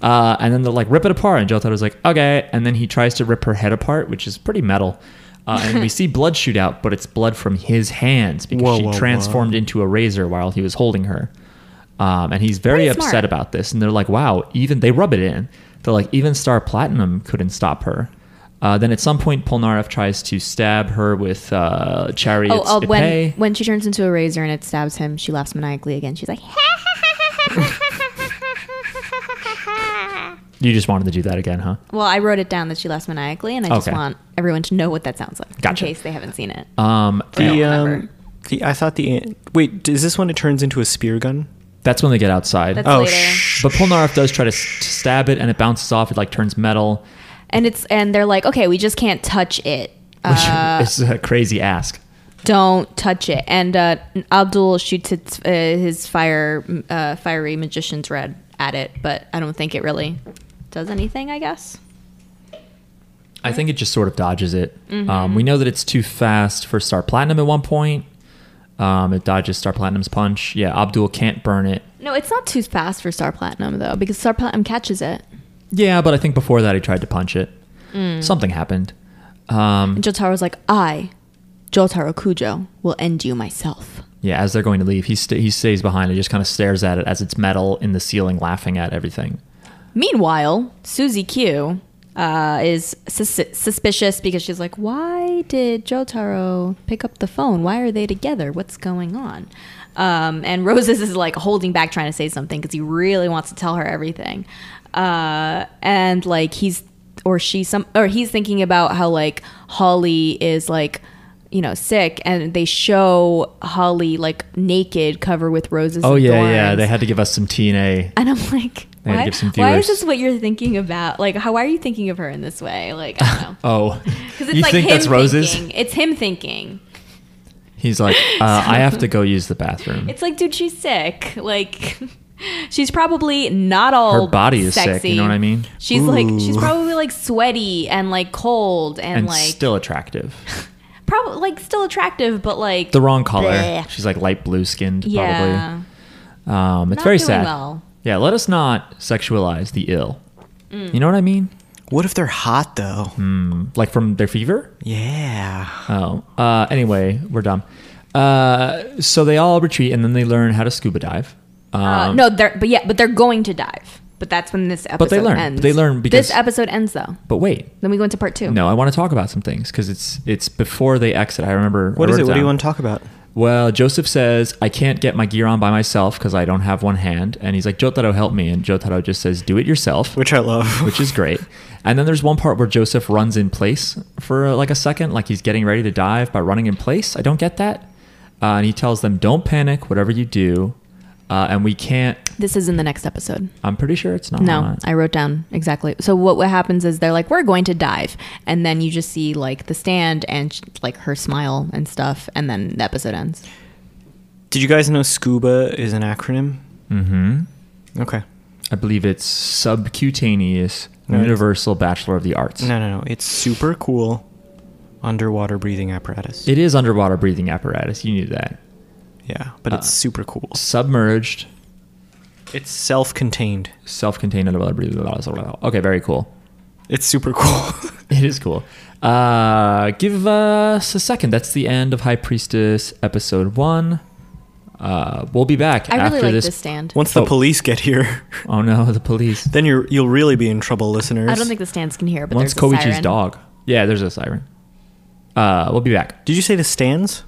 A: Uh, and then they're like, rip it apart, and Jotaro was like, okay, and then he tries to rip her head apart, which is pretty metal. Uh, and
B: <laughs>
A: we see blood shoot out, but it's blood from his hands because
C: Whoa,
A: she
C: whoa, whoa.
A: transformed into a razor while he was holding her. Um, and he's very
B: Pretty
A: upset
B: smart.
A: about this. And they're like, wow, even they rub it in. They're like, even Star Platinum couldn't stop her. Uh, then at some point, Polnareff tries to stab her with uh, Chariot's
B: Oh, uh, when
A: epee.
B: when she turns into a razor and it stabs him, she laughs maniacally again. She's like,
A: You just wanted to do that again, huh?
B: "Well, I wrote it down that she laughs maniacally, and I just
A: Okay.
B: want everyone to know what that sounds like
A: Gotcha.
B: in case they haven't seen it."
A: Um,
B: I don't
C: The,
B: remember.
C: um, the, I thought the. Wait, is this when it turns into a spear gun?
A: that's when they get outside.
B: That's
C: Oh,
B: later.
C: sh-
A: But Polnareff does try to, s- to stab it, and it bounces off. It like turns metal,
B: And it's and they're like, "Okay, we just can't touch it.
A: which
B: Uh,
A: is a crazy ask.
B: don't touch it." And uh, Abdul shoots its, uh, his fire uh, fiery magician's red at it, but I don't think it really does anything. I guess.
A: I think it just sort of dodges it. Um, we know that it's too fast for Star Platinum at one point. Um, it dodges Star Platinum's punch. Yeah, Abdul can't burn it.
B: No, it's not too fast for Star Platinum though, because Star Platinum catches it.
A: Yeah, but I think before that he tried to punch it.
B: Mm.
A: Something happened. Um,
B: And Jotaro's like, I, Jotaro Kujo, will end you myself.
A: yeah, as they're going to leave, he sta he stays behind and just kind of stares at it as it's metal in the ceiling, laughing at everything.
B: Meanwhile, Suzy Q uh, is sus- suspicious because she's like, why did Jotaro pick up the phone? Why are they together? What's going on? Um, and Roses is like holding back, trying to say something because he really wants to tell her everything. Uh, and like he's or she some or he's thinking about how like Holly is like you know, sick, and they show Holly like naked, covered with roses.
A: Oh
B: and
A: yeah, yeah.
B: thorns.
A: They had to give us some TNA.
B: And I'm like,
A: They had to
B: why,
A: give some
B: why
A: viewers-
B: is this what you're thinking about? Like, how why are you thinking of her in this way? Like,
A: <laughs>
B: I don't know. <laughs>
A: Oh,
B: Because it's
A: you
B: like
A: think
B: him
A: that's roses?
B: Thinking. It's him thinking.
A: He's like,
B: <laughs>
A: uh, I have to go use the bathroom.
B: It's like, dude, she's sick. Like, <laughs> she's probably not all
A: Her body is
B: sexy.
A: sick. You know what I mean?
B: She's like, she's
C: Ooh.
B: probably like sweaty and like cold and,
A: And
B: like
A: still attractive.
B: probably like still attractive, but like
A: The wrong color.
B: Bleh.
A: She's like light blue skinned,
B: yeah,
A: probably. Um, it's
B: Not
A: very
B: doing
A: sad.
B: well.
A: Yeah, let us not sexualize the ill.
B: Mm.
A: You know what I mean?
C: What if they're hot though?
A: Hmm. Like from their fever?
C: Yeah.
A: Oh. Uh, anyway, we're dumb. Uh, so they all retreat and then they learn how to scuba dive. Um,
B: Uh, no, they're but yeah, but they're going to dive. But that's when this episode
A: they learn.
B: ends.
A: They learn because-
B: this episode ends though.
A: But wait,
B: Then we go into part two.
A: no, I want to talk about some things because it's it's before they exit. I remember.
C: What
A: I
C: is
A: wrote
C: it? What do you
A: down.
C: want to talk about?
A: Well, Joseph says, I can't get my gear on by myself because I don't have one hand. And he's like, Jotaro, help me. And Jotaro just says, do it yourself,
C: Which I love.
A: which is great. And then there's one part where Joseph runs in place for uh, like a second, like he's getting ready to dive by running in place. I don't get that. Uh, and he tells them, don't panic, whatever you do. Uh, and we can't,
B: This is in the next episode.
A: I'm pretty sure it's not.
B: No, I wrote down exactly. So what what happens is they're like, we're going to dive, and then you just see like the stand and sh- like her smile and stuff, and then the episode ends.
C: Did you guys know SCUBA is an acronym?
A: hmm
C: Okay.
A: I believe it's subcutaneous
C: No, it's-
A: universal bachelor of the arts.
C: No, no, no. It's super cool underwater breathing apparatus.
A: It is underwater breathing apparatus. You knew that.
C: yeah, but it's
A: Uh,
C: super cool.
A: Submerged
C: It's self-contained.
A: self-contained blah, blah, blah, blah, blah, blah. okay very cool <laughs>
C: It's super cool.
A: it is cool uh give us a second that's the end of high priestess episode one uh we'll be back
B: I
A: after
B: really like
A: this
B: this, stand.
C: <laughs> Once the
A: Oh.
C: police get here, <laughs>
A: oh no <laughs> the police
C: then you're you'll really be in trouble, listeners.
B: I don't think the stands can hear, but
A: once
B: there's a
A: koichi's
B: siren.
A: dog yeah there's a siren uh we'll be back
C: Did you say the stands?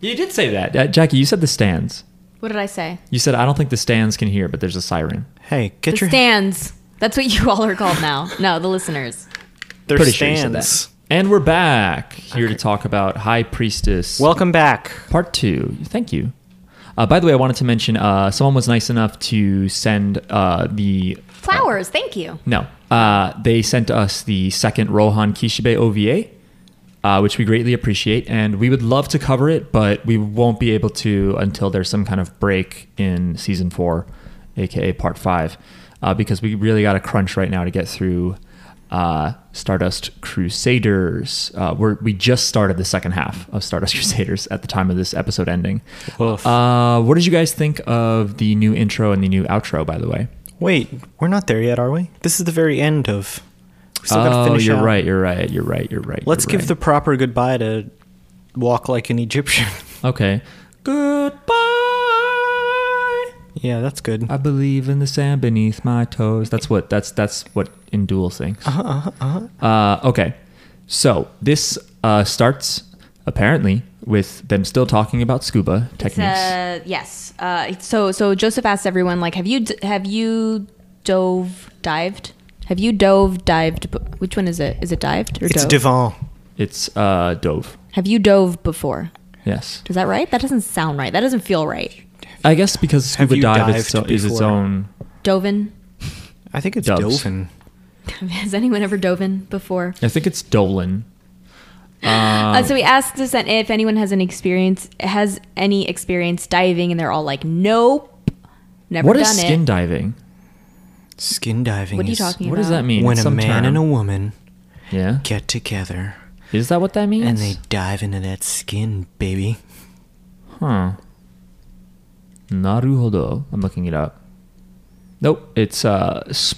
A: you did say that uh, jackie you said the stands
B: What did I say?
A: you said i don't think the stands can hear but there's a siren
C: Hey, get
B: The
C: your
B: stands. That's what <laughs> you all are called now. No, the listeners.
C: their
A: pretty sure you
C: stands.
A: said that and we're back here to talk about high priestess
C: Welcome back.
A: part two. Thank you. Uh, by the way, I wanted to mention uh, someone was nice enough to send uh, the
B: Flowers. Thank you.
A: no, uh, they sent us the second Rohan Kishibe OVA, uh, which we greatly appreciate, and we would love to cover it, but we won't be able to until there's some kind of break in season four, aka part five, uh, because we really got a crunch right now to get through. Uh, Stardust Crusaders. Uh, we're, we just started the second half of Stardust <laughs> Crusaders at the time of this episode ending.
C: Woof.
A: Uh, what did you guys think of the new intro and the new outro? By the way,
C: Wait, we're not there yet, are we? This is the very end of. We still gotta
A: oh,
C: finish
A: you're
C: out.
A: right. You're right. You're right. You're right.
C: Let's
A: you're
C: give
A: right.
C: the proper goodbye to walk like an Egyptian.
A: okay. Goodbye.
C: <laughs> yeah, that's good.
A: I believe in the sand beneath my toes. That's what that's that's what Indul sings. Uh-huh, Uh, okay. So this uh, starts apparently with them still talking about scuba techniques.
B: Uh, yes. Uh, so so Joseph asks everyone like, have you d- have you dove dived? Have you dove dived? b- Which one is it? Is it dived or
C: it's
B: dove?
C: Devon.
A: it's uh, Dove.
B: have you dove before?
A: Yes.
B: Is that right? That doesn't sound right. That doesn't feel right.
A: I guess because
C: Have
A: scuba
C: you
A: dive
C: dived
A: is, so, is its
C: before?
A: own.
B: Doven.
C: I think it's
A: Doves.
C: Dovin.
B: <laughs> Has anyone ever doven before?
A: I think it's Dolan. Um,
B: Uh, so he asks us that if anyone has any experience has any experience diving, and they're all like, nope, never
A: What
B: done
A: is skin
B: it.
A: diving?
C: Skin diving.
B: What are you
C: is
B: talking
A: What does
B: about-
A: that mean?
C: When
A: It's
C: a
A: some
C: man
A: term.
C: and a woman
A: yeah,
C: get together
A: is that what that means?
C: and they dive into that skin, baby.
A: Huh. Naruhodo. I'm looking it up. Nope. It's uh, s-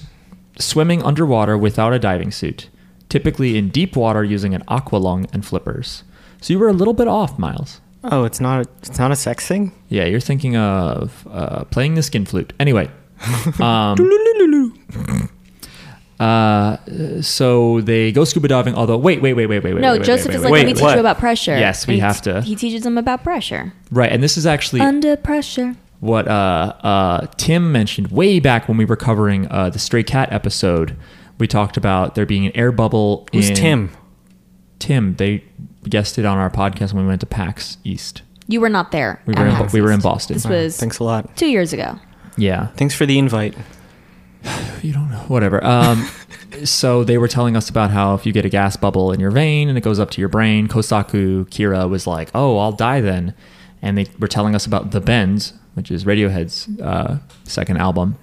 A: swimming underwater without a diving suit, typically in deep water using an aqualung and flippers. So you were a little bit off, Miles.
C: Oh, it's not. A, it's not a sex thing.
A: Yeah, you're thinking of uh, playing the skin flute. Anyway. Um, uh, so they go scuba diving, although, wait, wait, wait, wait, wait, wait.
B: No,
A: wait, wait,
B: Joseph
A: wait,
B: is
A: wait,
B: like,
A: wait,
B: let me teach
A: wait.
C: what?
B: you about pressure.
A: Yes, we
B: And he
A: have
B: t-
A: to.
B: He Oh, teaches them about pressure.
A: Right, and this is actually
B: Under pressure.
A: what uh, uh, Tim mentioned way back when we were covering uh, the stray cat episode. We talked about there being an air bubble.
C: Who's
A: in-
C: Tim?
A: Tim. They guested on our podcast when we went to PAX East.
B: You were not there.
A: We
B: at
A: were in,
B: PAX
A: we were in
B: East.
A: Boston.
B: This was
C: Thanks a lot.
B: two years ago.
A: yeah.
C: Thanks for the invite.
A: You don't know. Whatever. Um, so they were telling us about how if you get a gas bubble in your vein and it goes up to your brain, Kosaku Kira was like, "Oh, I'll die then," and they were telling us about the Bends, which is Radiohead's uh, second album.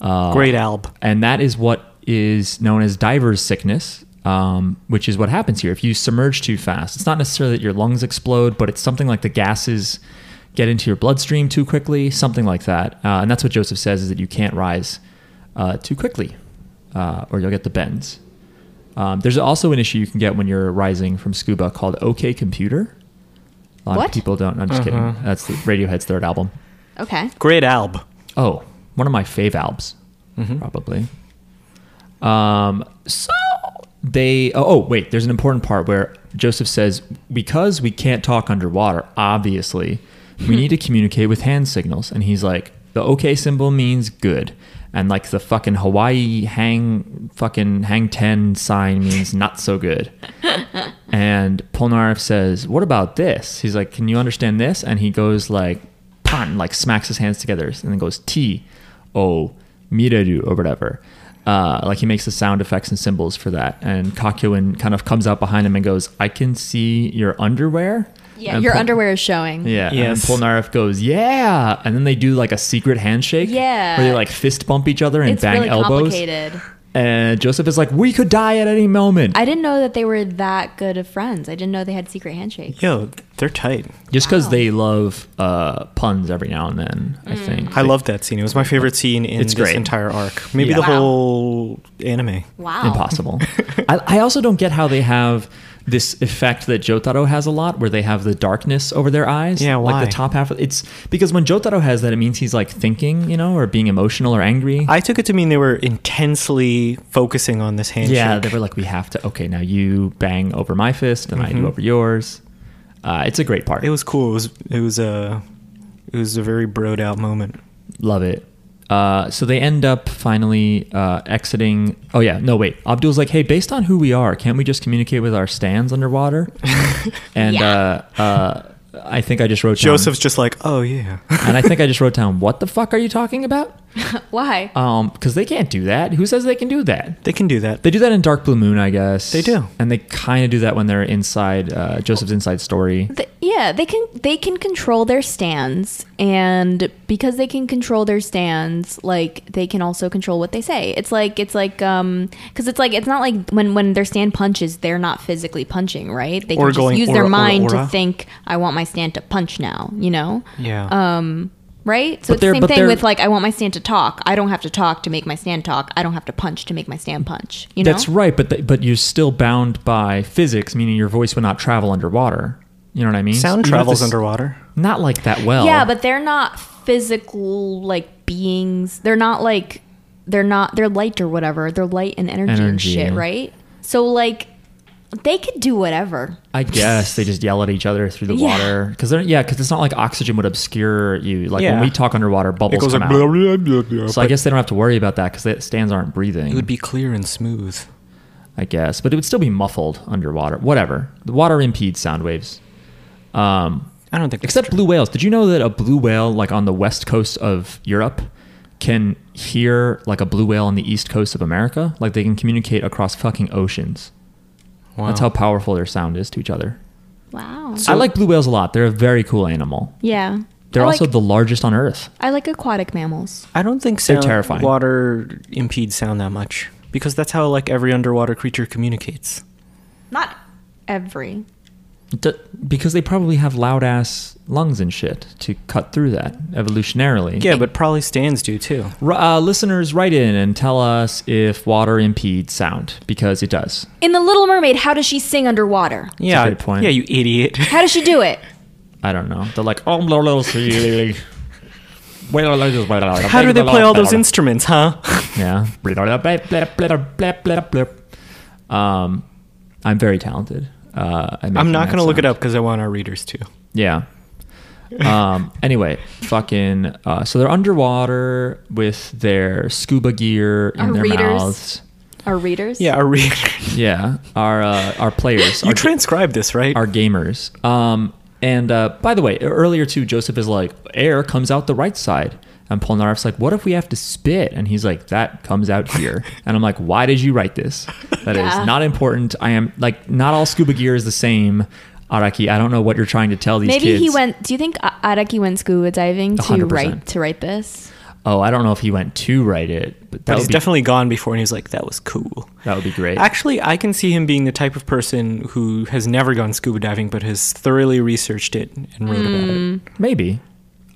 A: Uh,
C: Great Alb.
A: and that is what is known as diver's sickness, um, which is what happens here. If you submerge too fast, it's not necessarily that your lungs explode, but it's something like the gases get into your bloodstream too quickly, something like that. Uh, and that's what Joseph says is that you can't rise uh, too quickly, uh, or you'll get the bends. Um, there's also an issue you can get when you're rising from scuba called OK Computer. A lot
B: What?
A: of people don't. I'm just kidding. That's the Radiohead's third album.
B: Okay.
C: Great Alb.
A: Oh, one of my fave albums, probably. Um, so they. Oh, oh, wait. There's an important part where Joseph says because we can't talk underwater. Obviously, we need to communicate with hand signals, and he's like, the OK symbol means good. And like the fucking Hawaii hang fucking hang ten sign means not so good. And Polnareff says, "What about this?" He's like, "Can you understand this?" And he goes like, "Pan!" Like smacks his hands together, and then goes T, O, Mireru or whatever. Uh, like he makes the sound effects and symbols for that. And Kakuin kind of comes out behind him and goes, "I can see your underwear."
B: Yeah,
A: And
B: your
A: Pol-
B: underwear is showing.
A: Yeah,
C: Yes.
A: and Polnareff goes, "Yeah," and then they do like a secret handshake.
B: Yeah.
A: where they like fist bump each other and
B: It's
A: bang
B: really
A: elbows.
B: complicated.
A: And Joseph is like, "We could die at any moment."
B: I didn't know that they were that good of friends. I didn't know they had secret handshakes.
C: Yo, they're tight.
A: just because
B: Wow.
A: they love uh, puns every now and then. I think
C: I loved that scene. It was my favorite scene in
A: It's
C: this
A: great.
C: entire arc. Maybe
A: Yeah.
C: the
A: Wow.
C: whole anime.
B: Wow.
A: impossible. I, I also don't get how they have this effect that Jotaro has a lot, where they have the darkness over their eyes.
C: Yeah,
A: like
C: why?
A: the top half. Of, it's because when Jotaro has that, it means he's like thinking, you know, or being emotional or angry.
C: I took it to mean they were intensely focusing on this handshake.
A: yeah, they were like, we have to. Okay, now you bang over my fist, and
C: Mm-hmm.
A: I do over yours. Uh, it's a great part.
C: it was cool. It was it was a it was a very broed out moment.
A: Love it. Uh, so they end up finally uh, exiting. Oh yeah, no wait. Abdul's like, hey, based on who we are, can't we just communicate with our stands underwater? and uh, uh, I think I just wrote down-
C: Joseph's just like, oh yeah.
A: <laughs>
C: <laughs>
A: and I think I just wrote down, what the fuck are you talking about?
B: Why?
A: Um, because they can't do that. Who says they can do that?
C: they can do that.
A: They do that in Dark Blue Moon, I guess.
C: They do.
A: and they kind of do that when they're inside uh, Joseph's inside story.
B: Th- yeah, they can they can control their stands and because they can control their stands, like they can also control what they say. It's like it's like um cuz it's like it's not like when when their stand punches, they're not physically punching, right? They
C: Or
B: can
C: going
B: just use
C: aura,
B: their
C: aura,
B: mind
C: aura.
B: to think I want my stand to punch now, you know?
C: yeah.
B: Right?
A: But
B: So it's the
A: they're-
B: same
A: but
B: thing
A: they're-
B: with like I want my stand to talk. I don't have to talk to make my stand talk. I don't have to punch to make my stand punch, you know?
A: That's right, but th- but you're still bound by physics, meaning your voice would not travel underwater. You know what I mean? Even
C: Sound
A: if
C: travels
A: this-
C: underwater.
A: Not like that well.
B: Yeah, but they're not physical like beings. They're not like they're not they're light or whatever. They're light and energy, and
A: Energy.
B: shit, right? So like they could do whatever.
A: I guess they just yell at each other through the
B: Yeah.
A: water because they're yeah because it's not like oxygen would obscure you. Like when
C: Yeah.
A: we talk underwater,
C: It
A: bubbles
C: goes
A: come
C: like
A: out.
C: blah, blah, blah, blah.
A: so I guess they don't have to worry about that because the stands aren't breathing.
C: it would be clear and smooth.
A: I guess, but it would still be muffled underwater. Whatever. The water impedes sound waves. Um,
C: I don't think that's
A: except
C: true.
A: blue whales. Did you know that a blue whale, like on the west coast of Europe, can hear like a blue whale on the east coast of America? Like they can communicate across fucking oceans.
C: Wow.
A: That's how powerful their sound is to each other.
B: Wow.
A: I like blue whales a lot. They're a very cool animal.
B: yeah.
A: They're
B: I
A: also
B: like,
A: the largest on Earth.
B: I like aquatic mammals.
C: I don't think
A: They're
C: sound,
A: terrifying.
C: water impedes sound that much because that's how like every underwater creature communicates.
B: Not every.
A: D- because they probably have loud ass lungs and shit to cut through that evolutionarily.
C: Yeah, but probably stands do too.
A: R- uh, listeners, write in and tell us if water impedes sound because it does.
B: In the Little Mermaid, how does she sing underwater?
C: yeah,
A: good point.
C: yeah, you <laughs> idiot.
B: How does she do it?
A: I don't know. They're like, oh, blah, blah, blah, <laughs> blah, blah, blah, blah, blah,
C: How do they
A: blah,
C: play all
A: blah,
C: those
A: blah,
C: instruments, huh?
A: blah.
C: <laughs>
A: Yeah. Blah, blah, blah, blah, blah, blah, blah, blah, blah. Um, I'm very talented. Uh, at
C: I'm
A: making
C: not
A: that
C: going to look it
A: sound.
C: up because I want our readers to.
A: Yeah. Um, <laughs> anyway, fucking. Uh, so they're underwater with their scuba gear in
B: Our
A: their
B: readers.
A: mouths.
B: <laughs> Our readers.
C: Yeah, <laughs> our readers.
A: Yeah, our uh, our players,
C: you
A: our,
C: transcribe this, right?
A: our gamers. Um, and uh, by the way, earlier too, Joseph is like, air comes out the right side. And Polnareff's like, what if we have to spit? And he's like, that comes out here. And I'm like, why did you write this? That is
B: Yeah.
A: not important. I am like, not all scuba gear is the same. Araki, I don't know what you're trying to tell these
B: Maybe
A: kids.
B: he went. Do you think A- Araki went scuba diving to
A: 100%.
B: write to write this?
A: Oh, I don't know if he went to write it, but that
C: but
A: would
C: he's
A: be
C: definitely gone before, and he was like, "That was cool."
A: that would be great.
C: Actually, I can see him being the type of person who has never gone scuba diving, but has thoroughly researched it and wrote
B: Mm,
C: about it.
A: Maybe.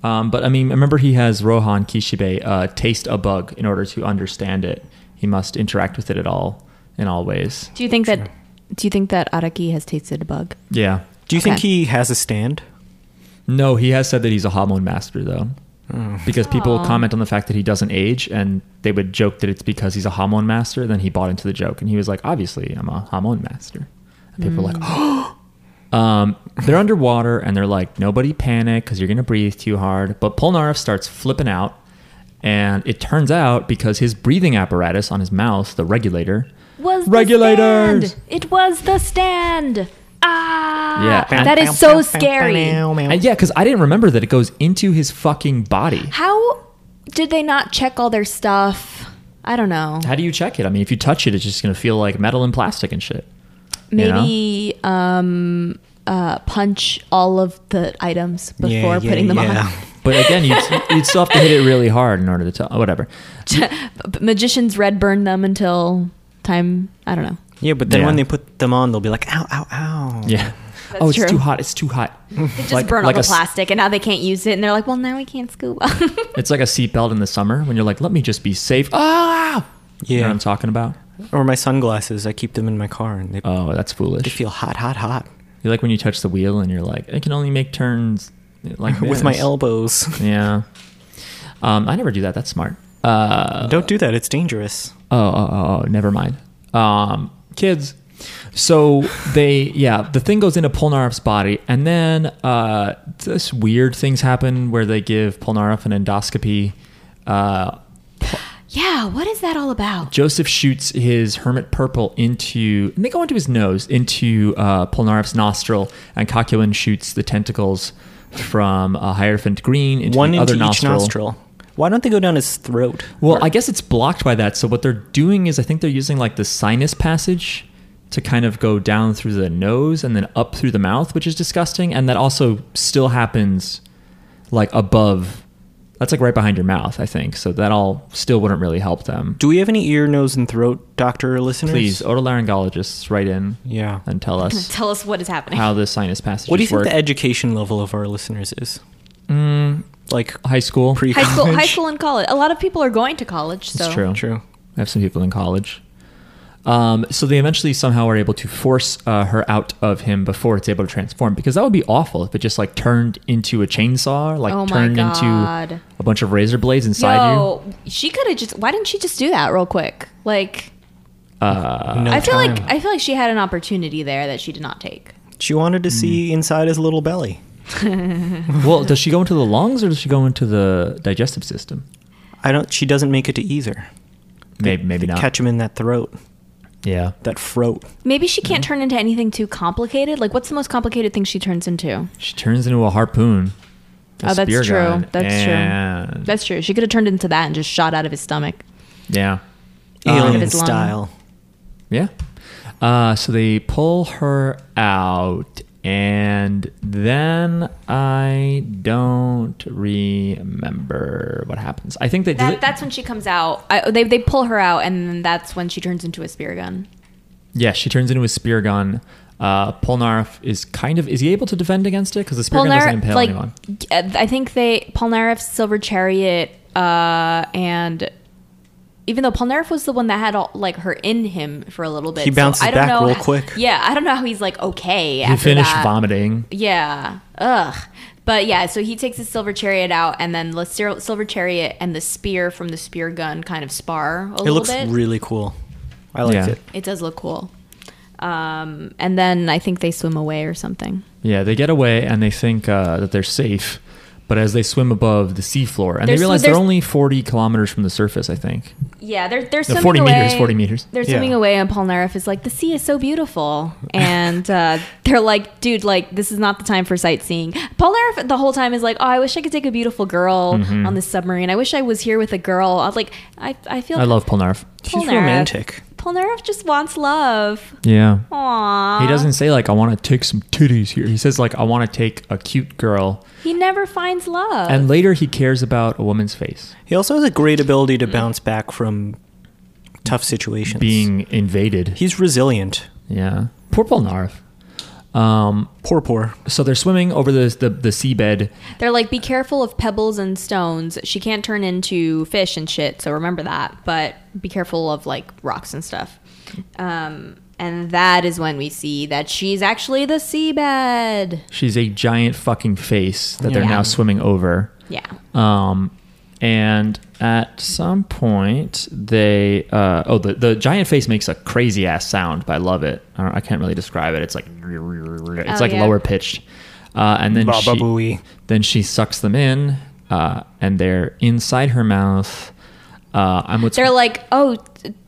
A: Um, but I mean, remember he has Rohan Kishibe uh, taste a bug in order to understand it. He must interact with it at all in all ways.
B: Do you think that? Do you think that Araki has tasted a bug?
A: Yeah.
C: Do you think
B: Okay.
C: he has a stand?
A: No, he has said that he's a Hamon master though. Because people
B: Aw.
A: comment on the fact that he doesn't age and they would joke that it's because he's a Hamon master, then he bought into the joke and he was like, Obviously I'm a Hamon master. And people were like, Oh <gasps> Um, they're underwater and they're like, nobody panic because you're going to breathe too hard. But Polnareff starts flipping out. And it turns out because his breathing apparatus on his mouth, the regulator,
B: Was the
A: Regulators!
B: stand. It was the stand. Ah.
A: Yeah.
B: That is so scary.
A: and yeah, because I didn't remember that it goes into his fucking body.
B: How did they not check all their stuff? I don't know.
A: How do you check it? I mean, if you touch it, it's just going to feel like metal and plastic and shit. know?
B: Maybe um, uh, punch all of the items before putting them on.
A: But again, you'd,
B: <laughs>
A: you'd still have to hit it really hard in order to tell. Whatever.
B: But magicians red burn them until time. I don't know.
C: Yeah, but then
A: Yeah.
C: when they put them on, they'll be like, "Ow, ow, ow!"
A: Yeah.
B: That's
A: oh, it's
B: true.
A: too hot. It's too hot.
B: They just
A: Like-
B: burn
A: like
B: all
A: a s-
B: the plastic, and now they can't use it. And they're like, well, now we can't <laughs> scuba.
A: It's like a seatbelt in the summer when you're like, let me just be safe. Ah! You know
C: Yeah.
A: what I'm talking about?
C: Or my sunglasses, I keep them in my car, and they,
A: Oh, that's foolish.
C: they feel hot, hot, hot
A: You like when you touch the wheel and you're like, I can only make
C: <laughs>
A: turns like
C: with my
A: this."
C: elbows.
A: Yeah. Um, I never do that. That's smart. Uh,
C: Don't do that; it's dangerous.
A: oh, oh, oh, oh, never mind. Um, kids. So they, yeah, the thing goes into Polnareff's body, and then uh, this weird things happen where they give Polnareff an endoscopy. Uh,
B: yeah, what is that all about?
A: Joseph shoots his hermit purple into, and they go into his nose, into uh, Polnareff's nostril, and Kakulin shoots the tentacles from uh, Hierophant Green into
C: One
A: the
C: into
A: other
C: each
A: nostril.
C: nostril. Why don't they go down his throat?
A: Well, I guess it's blocked by that. So what they're doing is, I think they're using like the sinus passage to kind of go down through the nose and then up through the mouth, which is disgusting. And that also still happens like above. That's like right behind your mouth, I think. So that all still wouldn't really help them.
C: Do we have any ear, nose, and throat doctor listeners?
A: Please, otolaryngologists, write in
C: Yeah.
A: and tell us
C: <laughs>
B: Tell us what is happening.
A: how the sinus passages
C: What do you think
A: work.
C: the education level of our listeners is?
A: mm,
C: Like
A: high school.
C: pre
B: high school, high school, and college. A lot of people are going to college. So
A: That's true.
C: <laughs> True.
A: I have some people in college. Um, so they eventually somehow are able to force uh, her out of him before it's able to transform because that would be awful if it just like turned into a chainsaw, like
B: Oh my
A: turned
B: God.
A: into a bunch of razor blades inside
B: Yo, she could have just. Why didn't she just do that real quick? Like,
A: you. Uh,
C: No
B: I feel
C: time.
B: like I feel like she had an opportunity there that she did not take.
C: she wanted to see inside his little belly.
A: <laughs> well, does she go into the lungs or does she go into the digestive system?
C: I don't. She doesn't make it to either.
A: Maybe, maybe not.
C: Catch him in that throat,
A: yeah,
C: that throat.
B: Maybe she can't turn into anything too complicated. Like, what's the most complicated thing she turns into?
A: she turns into a harpoon. a
B: Oh, that's
A: spear
B: true.
A: gun,
B: That's true.
A: and-
B: That's true. She could have turned into that and just shot out of his stomach.
A: yeah.
B: Out of
C: Alien
B: his lung.
C: style.
A: Yeah. Uh, so they pull her out, and then I don't remember what happens. I think that, does
B: That,
A: it-
B: that's when she comes out. I, they they pull her out, and then that's when she turns into a spear gun.
A: yeah, she turns into a spear gun. Uh, Polnareff is kind of is he able to defend against it because the spear gun doesn't
B: Polnareff,
A: impale
B: like,
A: anyone.
B: g- uh, I think they Polnareff, Silver Chariot, uh, and even though Polnareff was the one that had all, like her in him for a little bit,
C: He bounced
B: I
C: it
B: don't
C: back
B: know,
C: real quick.
B: Yeah, I don't know how he's like okay.
A: He
B: after
A: finished
B: that.
A: vomiting.
B: Yeah. Ugh. But yeah, so he takes his silver chariot out, and then the Sil- silver chariot and the spear from the spear gun kind of spar a
C: It
B: little
C: looks
B: bit.
C: really cool. I liked
A: Yeah.
C: it.
B: it does look cool. Um, and then I think they swim away or something.
A: Yeah, they get away and they think uh, that they're safe, But as they swim above the seafloor, and
B: There's-
A: they realize they're
B: there's-
A: only 40 kilometers from the surface, I think.
B: Yeah, they're they're
A: No,
B: swimming
A: 40
B: away.
A: meters, 40 meters.
B: They're
C: Yeah.
B: swimming away, and Polnareff is like, "The sea is so
A: <laughs>
B: beautiful," and uh, they're like, "Dude, like this is not the time for sightseeing." Polnareff the whole time is like, "Oh, I wish I could take a beautiful girl
A: Mm-hmm.
B: on this submarine. I wish I was here with a girl." I'm like, I I feel
A: I love Polnareff.
C: She's
B: Polnareff.
C: romantic.
B: Polnareff just wants love.
A: Yeah.
B: Aww.
A: He doesn't say like I want to take some titties here. He says like I want to take a cute girl,
B: He never finds love.
A: and later he cares about a woman's face
C: He also has a great ability to bounce back from tough situations.
A: being invaded.
C: he's resilient.
A: Yeah, poor Polnareff. Um,
C: Poor, poor.
A: so they're swimming over the the, the seabed.
B: They're like, be careful of pebbles and stones. She can't turn into fish and shit, so remember that. But be careful of like rocks and stuff. Um, and that is when we see that she's actually the seabed.
A: She's a giant fucking face that they're
B: Yeah.
A: now swimming over.
B: Yeah.
A: Um, and at some point, they uh, oh the, the giant face makes a crazy ass sound. But I love it. I, don't, I can't really describe it. It's like it's
B: Oh,
A: like
B: yeah.
A: lower pitched. Uh, and then
C: Baba
A: she,
C: booey.
A: then she sucks them in, uh, and they're inside her mouth. Uh, I'm what's
B: They're like, oh,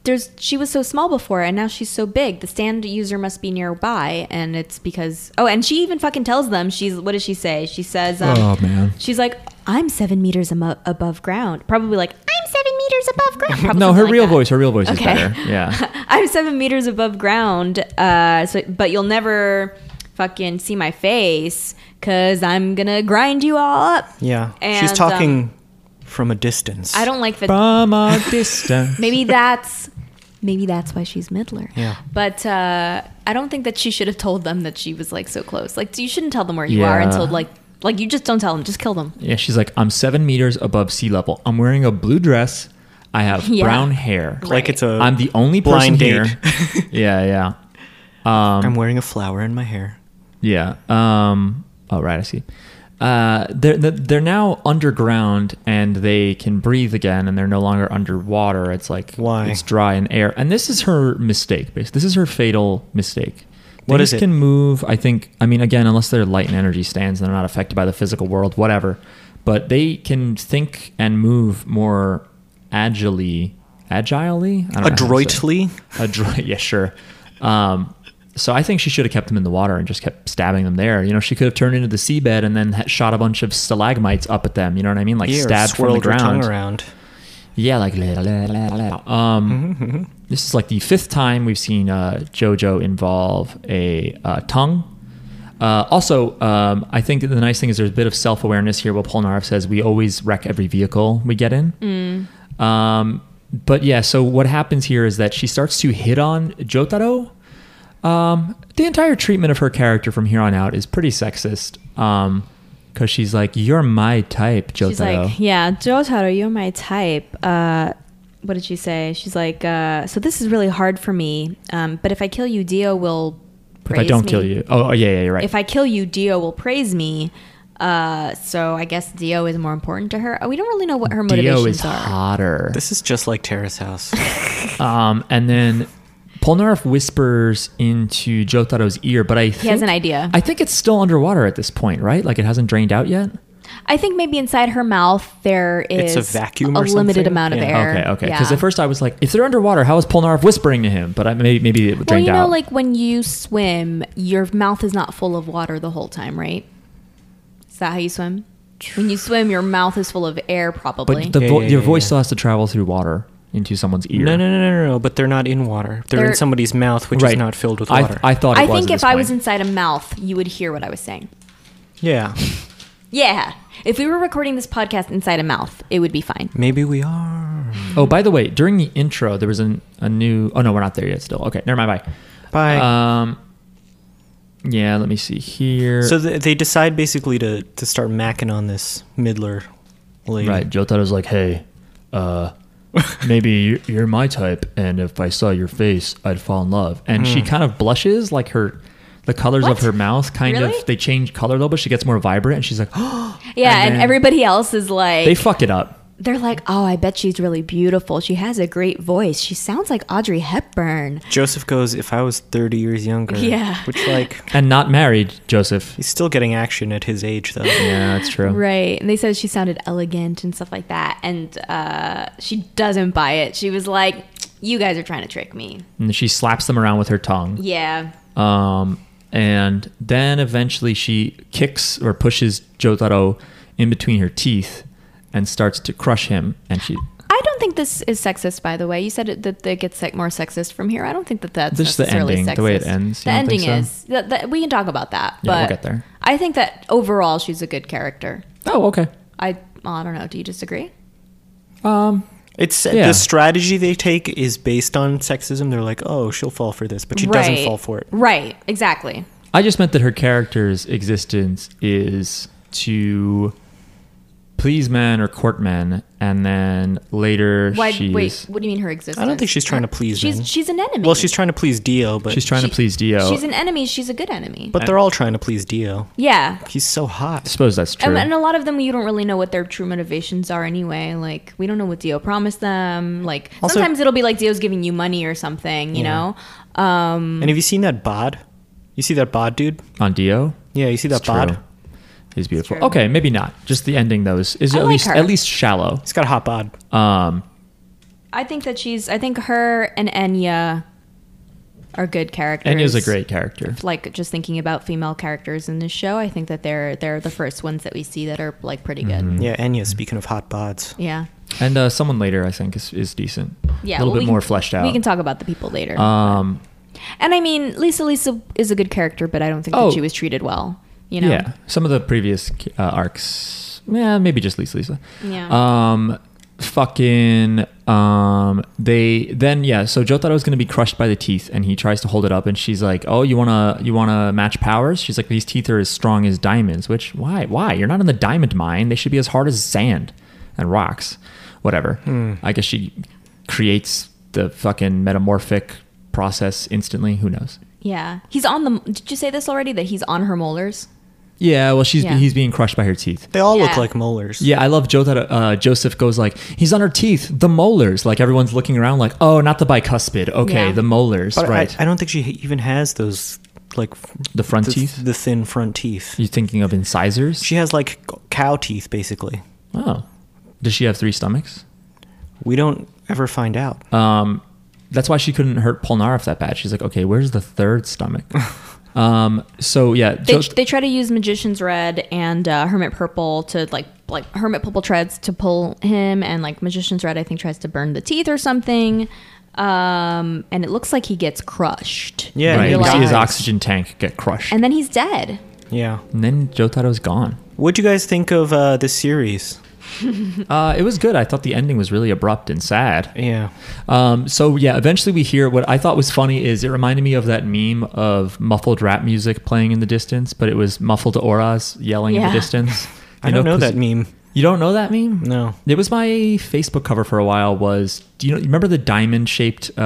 B: there's she was so small before, and now she's so big. The stand user must be nearby, and it's because oh, and she even fucking tells them she's what does she say? She says, um,
A: Oh, man.
B: she's like, I'm seven meters amo- above ground, probably like I'm seven meters
A: <laughs>
B: above ground. Probably
A: no,
B: something
A: her
B: like
A: real
B: that.
A: voice. Her real voice
B: Okay.
A: is better. Yeah,
B: <laughs> I'm seven meters above ground, uh, so but you'll never fucking see my face because I'm gonna grind you all up.
C: Yeah.
B: And, um,
C: she's talking from a distance.
B: I don't like
A: <laughs>
B: that.
A: from a distance.
B: Maybe that's maybe that's why she's Midler.
C: Yeah.
B: But uh, I don't think that she should have told them that she was like so close. Like you shouldn't tell them where you are
A: Yeah.
B: until like like you just don't tell them. Just kill them.
A: Yeah, she's like, I'm seven meters above sea level. I'm wearing a blue dress. I have
B: Yeah.
A: brown hair.
C: like it's a
A: I'm the only person
C: blind
A: here. um,
C: date.
A: <laughs> yeah, yeah,
C: I'm wearing a flower in my hair.
A: yeah. Um, oh, right, I see. Uh, they're they're- they're now underground and they can breathe again and they're no longer underwater. It's like
C: Why?
A: it's dry and air. And this is her mistake. Basically, this is her fatal mistake.
C: What
A: Things
C: is it?
A: can move. I think. I mean, again, unless they're light and energy stands and they're not affected by the physical world, whatever. But they can think and move more agilely, agilely, I don't know how to say it.
C: Adroitly.
A: Adroit, <laughs> yeah, sure. Um, so I think she should have kept them in the water and just kept stabbing them there. You know, she could have turned into the seabed and then ha- shot a bunch of stalagmites up at them. You know what I mean? Like
C: Yeah, or
A: stabbed from the
C: swirled her tongue
A: ground.
C: around.
A: Yeah, like la, la, la, la, la. um, this is like the fifth time we've seen uh, JoJo involve a uh, tongue. Uh, also, um, I think that the nice thing is there's a bit of self awareness here. What Polnareff says, we always wreck every vehicle we get in.
B: Mm.
A: Um, but yeah, so what happens here is that she starts to hit on Jotaro. Um, the entire treatment of her character from here on out is pretty sexist. Um, because she's like, "You're my type, Jotaro."
B: She's like, yeah, Jotaro, you're my type. Uh, what did she say? She's like, uh, so this is really hard for me. Um, but if I kill you, Dio will.
A: if
B: Praise
A: I don't
B: me.
A: kill you, oh, oh, yeah, yeah, you're right.
B: If I kill you, Dio will praise me. Uh, so I guess Dio is more important to her. Uh, We don't really know what her
A: Dio
B: motivations
A: is
B: are.
A: hotter.
C: This is just like
A: <laughs>
C: Terrace House.
A: Um, and then Polnareff whispers into Jotaro's ear, but I think,
B: has an idea.
A: I think it's still underwater at this point, right? Like it hasn't drained out yet.
B: I think maybe inside her mouth there
C: It's
B: is
C: a vacuum
B: a
C: or
B: limited
C: something?
B: amount of
C: Yeah.
B: air.
A: Okay, okay. Because
B: Yeah.
A: at first I was like, if they're underwater, how is Polnareff whispering to him? But I, maybe maybe it
B: well,
A: drained
B: you know,
A: out.
B: like when you swim, your mouth is not full of water the whole time, right? Is that how you swim? When you swim, your mouth is full of air, probably.
A: but the
C: Yeah,
A: vo-
C: yeah,
A: your
C: yeah,
A: voice
C: yeah.
A: still has to travel through water into someone's ear.
C: No, no, no, no, no, no. But they're not in water. They're,
B: They're-
C: in somebody's mouth, which
A: right?
C: is not filled with
A: I-
C: water.
A: I, thought. It
B: I
A: was
B: think
A: at
B: if
A: this
B: I
A: point.
B: was inside a mouth, you would hear what I was saying.
C: yeah.
B: Yeah. If we were recording this podcast inside a mouth, it would be fine.
C: Maybe we are.
A: Oh, by the way, during the intro, there was an, a new. Oh no, we're not there yet. Still, okay. Never mind.
C: Bye.
A: Bye. Um. Yeah, let me see here.
C: so th- they decide basically to, to start macking on this Midler lady.
A: Right. Jotaro's like, hey, uh, maybe you- you're my type, and if I saw your face, I'd fall in love. And she kind of blushes, like her, the colors
B: What?
A: of her mouth kind
B: Really?
A: of they
B: <gasps>
A: change color though, but she gets more vibrant, and she's like, oh,
B: Yeah, and,
A: then-
B: everybody else is like,
A: they fuck it up.
B: they're like, oh, I bet she's really beautiful. She has a great voice. She sounds like Audrey Hepburn.
C: Joseph goes, if I was 30 years younger.
B: Yeah.
C: Which, like,
A: and not married, Joseph.
C: he's still getting action at his age, though.
A: Yeah, that's true.
B: Right. And they said she sounded elegant and stuff like that. And uh, she doesn't buy it. She was like, you guys are trying to trick me.
A: And she slaps them around with her tongue.
B: Yeah.
A: Um, and then eventually she kicks or pushes Jotaro in between her teeth and starts to crush him. And
B: <gasps>
A: she
B: I don't think this is sexist, by the way. You said it, that it gets like, more sexist from here. I don't think that that's
A: Just the
B: necessarily
A: ending,
B: sexist.
A: the way it ends. You
B: The
A: don't
B: ending
A: think so?
B: is. That, that, we can talk about that.
A: Yeah,
B: but
A: we'll get there.
B: I think that overall she's a good character.
A: oh okay.
B: I, I don't know. Do you disagree?
A: Um,
C: It's
A: Yeah.
C: the strategy they take is based on sexism. They're like, oh, she'll fall for this, but she doesn't
B: Right.
C: fall for it.
B: Right. Exactly.
A: I just meant that her character's existence is to please men or court men, and then later
B: Why?
A: she's
B: Wait. What do you mean her existence?
C: I don't think she's trying to please
B: She's
C: men.
B: she's an enemy.
C: Well, she's trying to please Dio, but
A: she's trying to
B: She-
A: please Dio.
B: She's an enemy. She's a good enemy.
C: but they're all trying to please Dio.
B: yeah.
C: He's so
A: I
C: hot.
A: suppose that's true.
B: And, and a lot of them, you don't really know what their true motivations are anyway. Like, we don't know what Dio promised them. Like,
C: Also-
B: sometimes it'll be like Dio's giving you money or something, you
C: Yeah.
B: know? Um,
C: And have you seen that bod? You see that bod, dude?
A: On Dio,
C: Yeah, you see that
A: It's
C: bod?
A: true. he's beautiful.
B: true.
A: Okay, maybe not. Just the ending though is, is
B: I
A: at
B: like
A: least
B: her.
A: at least shallow.
C: He's got a hot bod.
A: Um,
B: I think that she's, I think her and Enya are good characters.
A: Enya's a great character.
B: Like, just thinking about female characters in this show, I think that they're, they're the first ones that we see that are, like, pretty good.
C: Yeah, Enya, speaking of hot bods.
B: Yeah.
A: And uh, someone later, I think, is, is decent.
B: Yeah.
A: a little
B: well, we
A: bit
B: can-
A: more fleshed out.
B: We can talk about the people later.
A: Um,
B: And I mean, Lisa Lisa is a good character, but I don't think
A: Oh.
B: that she was treated well. You know?
A: Yeah, some of the previous uh, arcs. Yeah, maybe just Lisa Lisa.
B: Yeah.
A: Um, fucking. Um, they then yeah. So Jotaro is gonna be crushed by the teeth, and he tries to hold it up, and she's like, "Oh, you wanna you wanna match powers?" She's like, "These teeth are as strong as diamonds." Which why why you're not in the diamond mine? They should be as hard as sand and rocks, whatever. I guess she creates the fucking metamorphic process instantly. Who knows?
B: Yeah. He's on the. Did you say this already? That he's on her molars?
A: Yeah. Well, she's
B: Yeah.
A: he's being crushed by her teeth.
C: They all look
B: Yeah.
C: like molars.
A: Yeah, I love Joe that uh, Joseph goes like, he's on her teeth, the molars. Like everyone's looking around, like, oh, not the bicuspid. Okay,
B: Yeah.
A: the molars,
C: but I-
A: right?
C: I, don't think she even has those, like, f-
A: the front
C: the,
A: teeth.
C: the thin front teeth.
A: you thinking of incisors?
C: She has, like, c- cow teeth, basically.
A: oh, does she have three stomachs?
C: We don't ever find out.
A: Um, that's why she couldn't hurt Polnareff that bad. She's like, okay, where's the third
C: <laughs>
A: stomach? um, so yeah,
B: They,
A: Jo-
B: they try to use Magician's Red and uh, Hermit Purple to like like Hermit Purple tries to pull him, and like Magician's Red, I think tries to burn the teeth or something. Um, and it looks like he gets crushed.
C: Yeah,
B: and
A: right,
B: you're
A: you
B: like-
A: see his
C: dies.
A: oxygen tank get crushed, and,
B: and then he's dead.
C: yeah.
A: then Jotaro's gone.
C: What'd you guys think of uh, this series?
A: Uh, it was good. I thought the ending was really abrupt and sad.
C: Yeah.
A: Um, so yeah, eventually we hear what I thought was funny is it reminded me of that meme of muffled rap music playing in the distance, but it was muffled auras yelling in the
B: Yeah.
A: distance.
C: <laughs> I
A: You
C: don't know
A: 'cause-
C: that meme.
A: You don't know that meme?
C: No.
A: It was my Facebook cover for a while. Was do you know, remember the diamond shaped uh,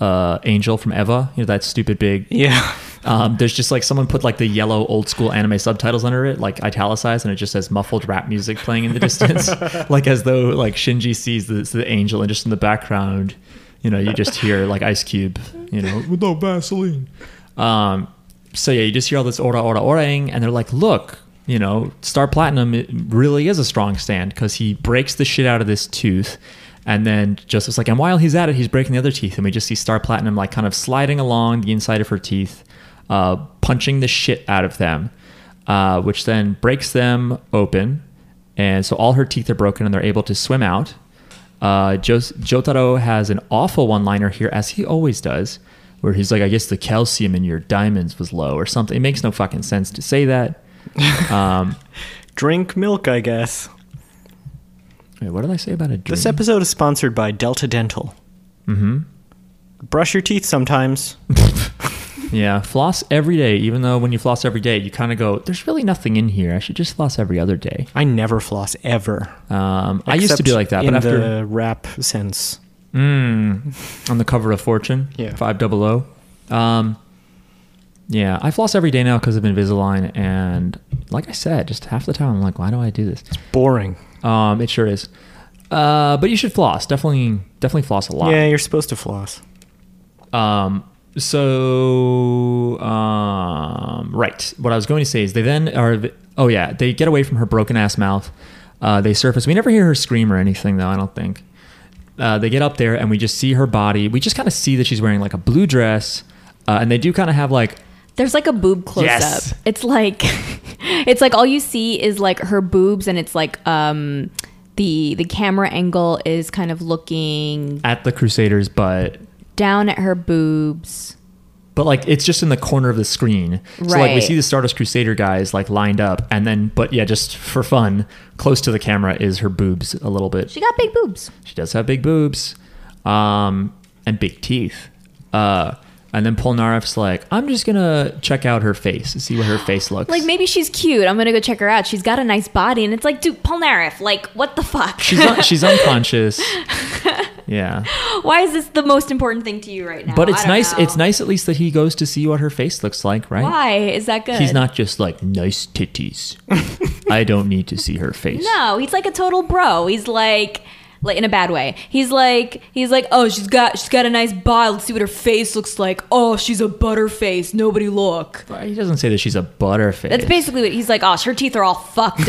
A: uh, angel from Eva? You know that stupid big
C: Yeah.
A: um, there's just like someone put like the yellow old school anime subtitles under it, like italicized, and it just says muffled rap music playing in the distance, <laughs> like as though like Shinji sees the, the angel, and just in the background, you know, you just hear like Ice Cube, you know, with no Vaseline. Um, so yeah, you just hear all this ora ora oraing, and they're like, look, you know, Star Platinum it really is a strong stand because he breaks the shit out of this tooth. And then Joseph's like, and while he's at it, he's breaking the other teeth, and we just see Star Platinum like kind of sliding along the inside of her teeth, uh, punching the shit out of them, uh, which then breaks them open, and so all her teeth are broken, and they're able to swim out. Uh, Jos- Jotaro has an awful one-liner here, as he always does, where he's like, "I guess the calcium in your diamonds was low, or something." It makes no fucking sense to say that. Um,
C: <laughs> Drink milk, I guess.
A: wait, what did I say about a dream?
C: This episode is sponsored by Delta Dental. Mm-hmm. Brush your
A: <laughs>
C: teeth sometimes.
A: yeah, floss every day. Even though when you floss every day, you kind of go, "There's really nothing in here. I should just floss every other day."
C: I never floss ever.
A: Um, I used to
C: Except
A: be like that,
C: in
A: but after
C: the rap sense.
A: Mm, on the cover of Fortune.
C: Yeah.
A: Five double O. Um, yeah, I floss every day now because of Invisalign, and like I said, just half the time I'm like, why do I do this?
C: Boring.
A: Um, it sure is. Uh, but you should floss. Definitely, definitely floss a lot.
C: Yeah, you're supposed to floss.
A: Um, so, um, right. What I was going to say is they then are. Oh yeah, they get away from her broken ass mouth. Uh, they surface. We never hear her scream or anything though. I don't think. Uh, they get up there and we just see her body. We just kind of see that she's wearing like a blue dress, uh, and they do kind of have like
B: There's like a boob close
A: Yes.
B: up. It's like <laughs> it's like all you see is like her boobs and it's like um the the camera angle is kind of looking
A: at the Crusaders, but
B: down at her boobs.
A: but like it's just in the corner of the screen. So like we
B: Right.
A: see the Stardust Crusader guys like lined up, and then but yeah, just for fun, close to the camera is her boobs a little bit.
B: She got big boobs.
A: She does have big boobs, um, and big teeth. Uh, and then Polnareff's like, I'm just gonna check out her face and see
B: <gasps>
A: what her face looks.
B: Like maybe she's cute. I'm gonna go check her out. She's got a nice body, and it's like, dude, Polnareff, like what the fuck?
A: she's un- she's unconscious. Yeah,
B: <laughs> Why is this the most important thing to you right now?
A: but
B: I
A: it's
B: don't
A: nice.
B: know.
A: It's nice at least that he goes to see what her face looks like, right?
B: Why is that good?
A: He's not just like nice
B: <laughs>
A: titties. I don't need to see her face.
B: No, he's like a total bro. He's like like in a bad way. He's like he's like, "Oh, she's got she's got a nice body. Let's see what her face looks like. Oh, she's a butterface. Nobody look."
A: But He doesn't say that she's a butterface.
B: That's basically what he's like. Oh, her teeth are all fucked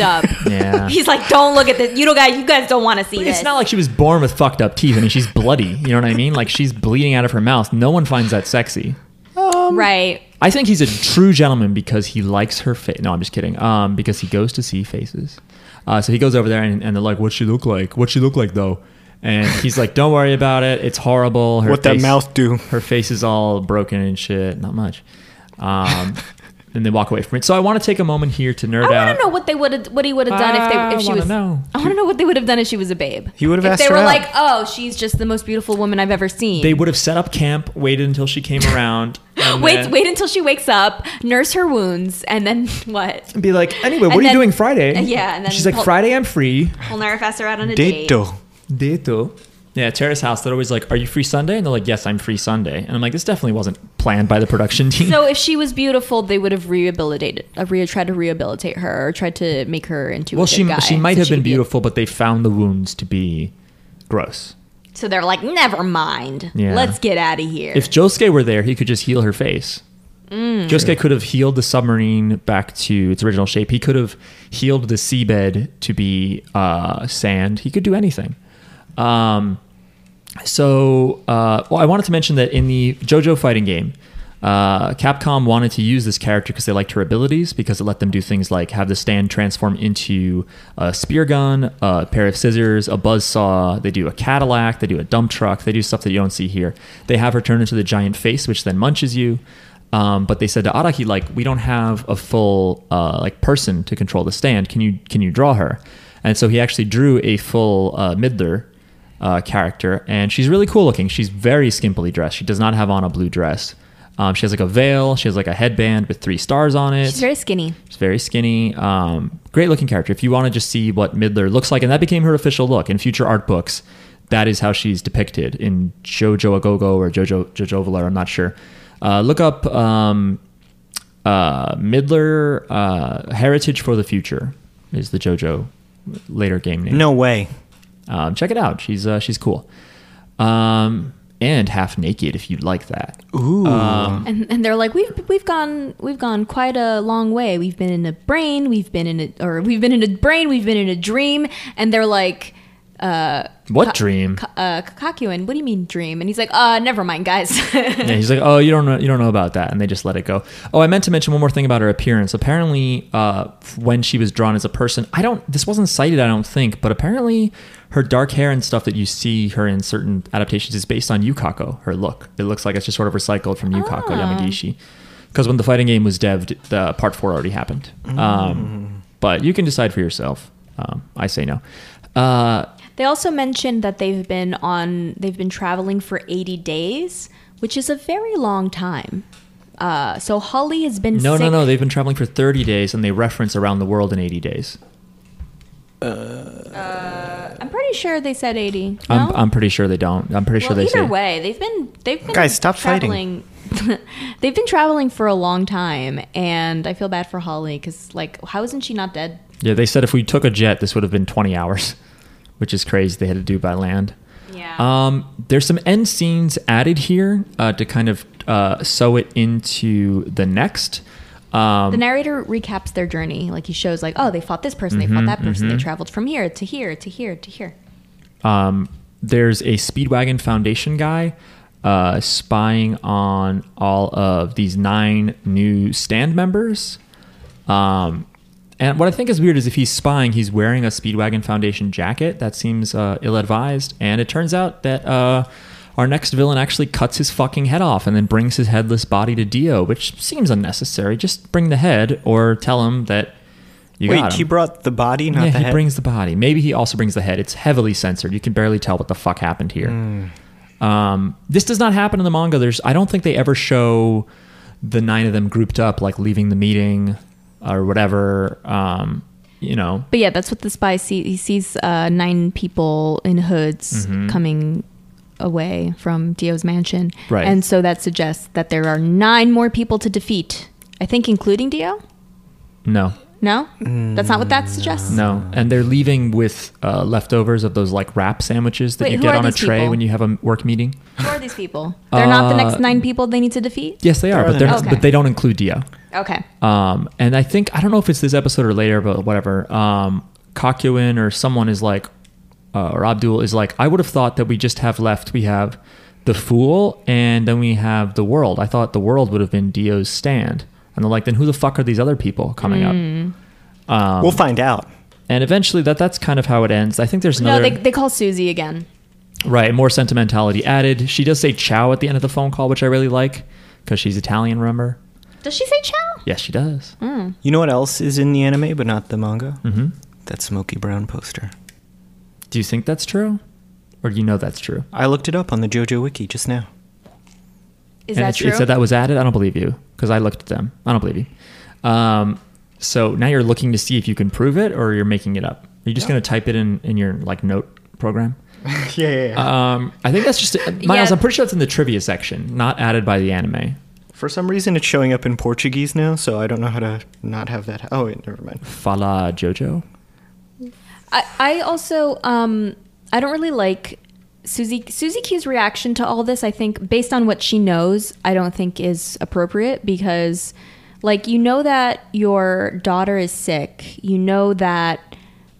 C: <laughs>
B: up.
A: Yeah.
B: He's like, "Don't look at this. You don't guys you guys don't want to see
A: But
B: this."
A: it's not like she was born with fucked up teeth. I mean, she's bloody. You know what I mean? Like she's bleeding out of her mouth. No one finds that sexy.
B: right.
A: I think he's a true gentleman because he likes her face. No, I'm just kidding. Um, because he goes to see faces. Uh, so he goes over there and, and they're like, "What's she look like? What's she look like though?" And he's like, "Don't worry about it. It's horrible." Her
C: What that
A: face-
C: mouth do?
A: Her face is all broken and shit. Not much. Um, <laughs> and they walk away from it. So I want to take a moment here to nerd
B: I
A: out.
B: want to know what they would have what he would have done if they if
A: I
B: she
A: wanna
B: was
A: know.
B: I want to know what they would have done if she was a babe.
C: He would have
B: if
C: asked
B: they
C: her
B: were
C: out.
B: like, "Oh, she's just the most beautiful woman I've ever seen."
A: They would have set up camp, waited until she
B: <laughs>
A: came around. and
B: wait
A: then-
B: wait until she wakes up, nurse her wounds, and then <laughs> what?
A: and be like, anyway, what
B: And
A: are you
B: then-
A: doing Friday?
B: Uh, yeah, and then
A: she's like,
B: pull-
A: Friday I'm free.
B: Polnareff asked her out on a date.
C: Dato.
A: Dato. Yeah, Terrace House. They're always like, are you free Sunday? And they're like, yes, I'm free Sunday. And I'm like, this definitely wasn't planned by the production team.
B: So if she was beautiful, they would have rehabilitated, uh, re- tried to rehabilitate her, or tried to make her into.
A: well,
B: a good
A: she
B: guy,
A: she might
B: so
A: have been
B: could be-
A: beautiful, but they found the wounds to be gross.
B: so they're like, never mind.
A: Yeah.
B: Let's get out of here.
A: If Josuke were there, he could just heal her face.
B: Mm.
A: Josuke could have healed the submarine back to its original shape. He could have healed the seabed to be uh, sand. He could do anything. Um, so uh, well, I wanted to mention that in the JoJo fighting game, uh, Capcom wanted to use this character because they liked her abilities because it let them do things like have the stand transform into a spear gun, a pair of scissors, a buzzsaw. They do a Cadillac, they do a dump truck, they do stuff that you don't see here. They have her turn into the giant face, which then munches you. Um, but they said to Araki, like, we don't have a full uh, like person to control the stand. Can you can you draw her? And so he actually drew a full uh, middler uh, character, and she's really cool looking. She's very skimpily dressed. She does not have on a blue dress. Um, she has like a veil. She has like a headband with three stars on it.
B: she's very skinny.
A: She's very skinny. Um, great looking character. If you want to just see what Midler looks like, and that became her official look in future art books, that is how she's depicted in Jojo Agogo or Jojo Jojo Valera. I'm not sure. Uh, look up um, uh, Midler uh, Heritage for the Future is the Jojo later game name.
C: No way.
A: Um, check it out. She's uh, she's cool. Um, and half naked if you like that.
C: Ooh.
B: And, and they're like, we've we've gone we've gone quite a long way. We've been in a brain. We've been in a or we've been in a brain. We've been in a dream. And they're like. Uh,
A: What dream?
B: Ka- uh, Kakakuin, what do you mean dream? And he's like, uh, never mind, guys. <laughs>
A: Yeah, he's like, oh, you don't know, you don't know about that, and they just let it go. Oh, I meant to mention one more thing about her appearance. Apparently, uh, f- when she was drawn as a person, I don't. This wasn't cited, I don't think, but apparently, her dark hair and stuff that you see her in certain adaptations is based on Yukako. Her look. It looks like it's just sort of recycled from Yukako Yamagishi. Because when the fighting game was devved, the part four already happened. Um, but you can decide for yourself. Um, I say no. Uh,
B: They also mentioned that they've been on they've been traveling for 80 days, which is a very long time. Uh, so Holly has been
A: no,
B: sick.
A: no, no. They've been traveling for 30 days, and they reference around the world in 80 days.
B: I'm pretty sure they said 80. No?
A: I'm, I'm pretty sure they don't. I'm pretty sure
B: well,
A: they
B: either
A: say.
B: way, they've been they've been
C: Guys, stop fighting.
B: traveling. <laughs> they've been traveling for a long time, and I feel bad for Holly because like, how isn't she not dead?
A: Yeah, they said if we took a jet, this would have been 20 hours, <laughs> which is crazy. They had to do by land.
B: Yeah.
A: Um, there's some end scenes added here uh, to kind of uh, sew it into the next. Um,
B: the narrator recaps their journey. Like he shows, like, oh, they fought this person, they
A: Mm-hmm,
B: fought that person, they traveled from here to here to here to here.
A: Um, there's a Speedwagon Foundation guy uh, spying on all of these nine new stand members. Um, and what I think is weird is if he's spying, he's wearing a Speedwagon Foundation jacket. That seems uh, ill advised. And it turns out that uh, our next villain actually cuts his fucking head off and then brings his headless body to Dio, which seems unnecessary. Just bring the head or tell him that you
C: Wait,
A: got him
C: he brought the body, not
A: yeah,
C: the
A: he
C: head.
A: brings the body. Maybe he also brings the head. It's heavily censored. You can barely tell what the fuck happened here.
C: Hmm.
A: Um, this does not happen in the manga. There's, I don't think they ever show the nine of them grouped up, like leaving the meeting or whatever. Um, you know,
B: But yeah, that's what the spy sees. He sees uh, nine people in hoods
A: Mm-hmm.
B: coming away from Dio's mansion.
A: Right.
B: And so that suggests that there are nine more people to defeat. I think including Dio?
A: no,
B: No? That's not what that suggests?
A: Mm, no.
C: Hmm.
A: And they're leaving with uh, leftovers of those like wrap sandwiches that
B: Wait,
A: you
B: who
A: get
B: are
A: on a
B: these
A: tray
B: people?
A: when you have a work meeting.
B: Who are these people? They're not the
A: Uh,
B: next nine people they need to defeat?
A: Yes, they are,
C: There are
A: but they're
C: none.
A: not,
B: Okay.
A: but they don't include Dio.
B: Okay.
A: Um, and I think I don't know if it's this episode or later, but whatever. Um, Kakuin or someone is like, uh, or Abdul is like, I would have thought that we just have left. We have the fool, and then we have the world. I thought the world would have been Dio's stand, and they're like, then who the fuck are these other people coming
B: Mm.
A: up? Um,
C: we'll find out.
A: and eventually, that that's kind of how it ends. I think there's
B: No,
A: another
B: they, they call Susie again.
A: right more sentimentality added. She does say "ciao" at the end of the phone call, which I really like because she's Italian. Remember?
B: Does she say chow?
A: Yes, she does.
B: Mm.
C: You know what else is in the anime but not the manga?
A: hmm
C: That Smoky Brown poster.
A: Do you think that's true, or do you know that's true?
C: I looked it up on the JoJo Wiki just now.
B: Is
A: and
B: that
A: it,
B: true?
A: it said that was added. I don't believe you because I looked at them. I don't believe you. Um, so now you're looking to see if you can prove it or you're making it up. Are you just going to type it in in your like note program?
C: <laughs> yeah, yeah, yeah.
A: Um, I think that's just Miles. I'm pretty sure that's in the trivia section, not added by the anime.
C: For some reason, it's showing up in Portuguese now, so I don't know how to not have that. Oh, wait, never mind.
A: Fala Jojo.
B: I, I also um I don't really like Susie Susie Q's reaction to all this. I think based on what she knows, I don't think is appropriate because like you know that your daughter is sick. You know that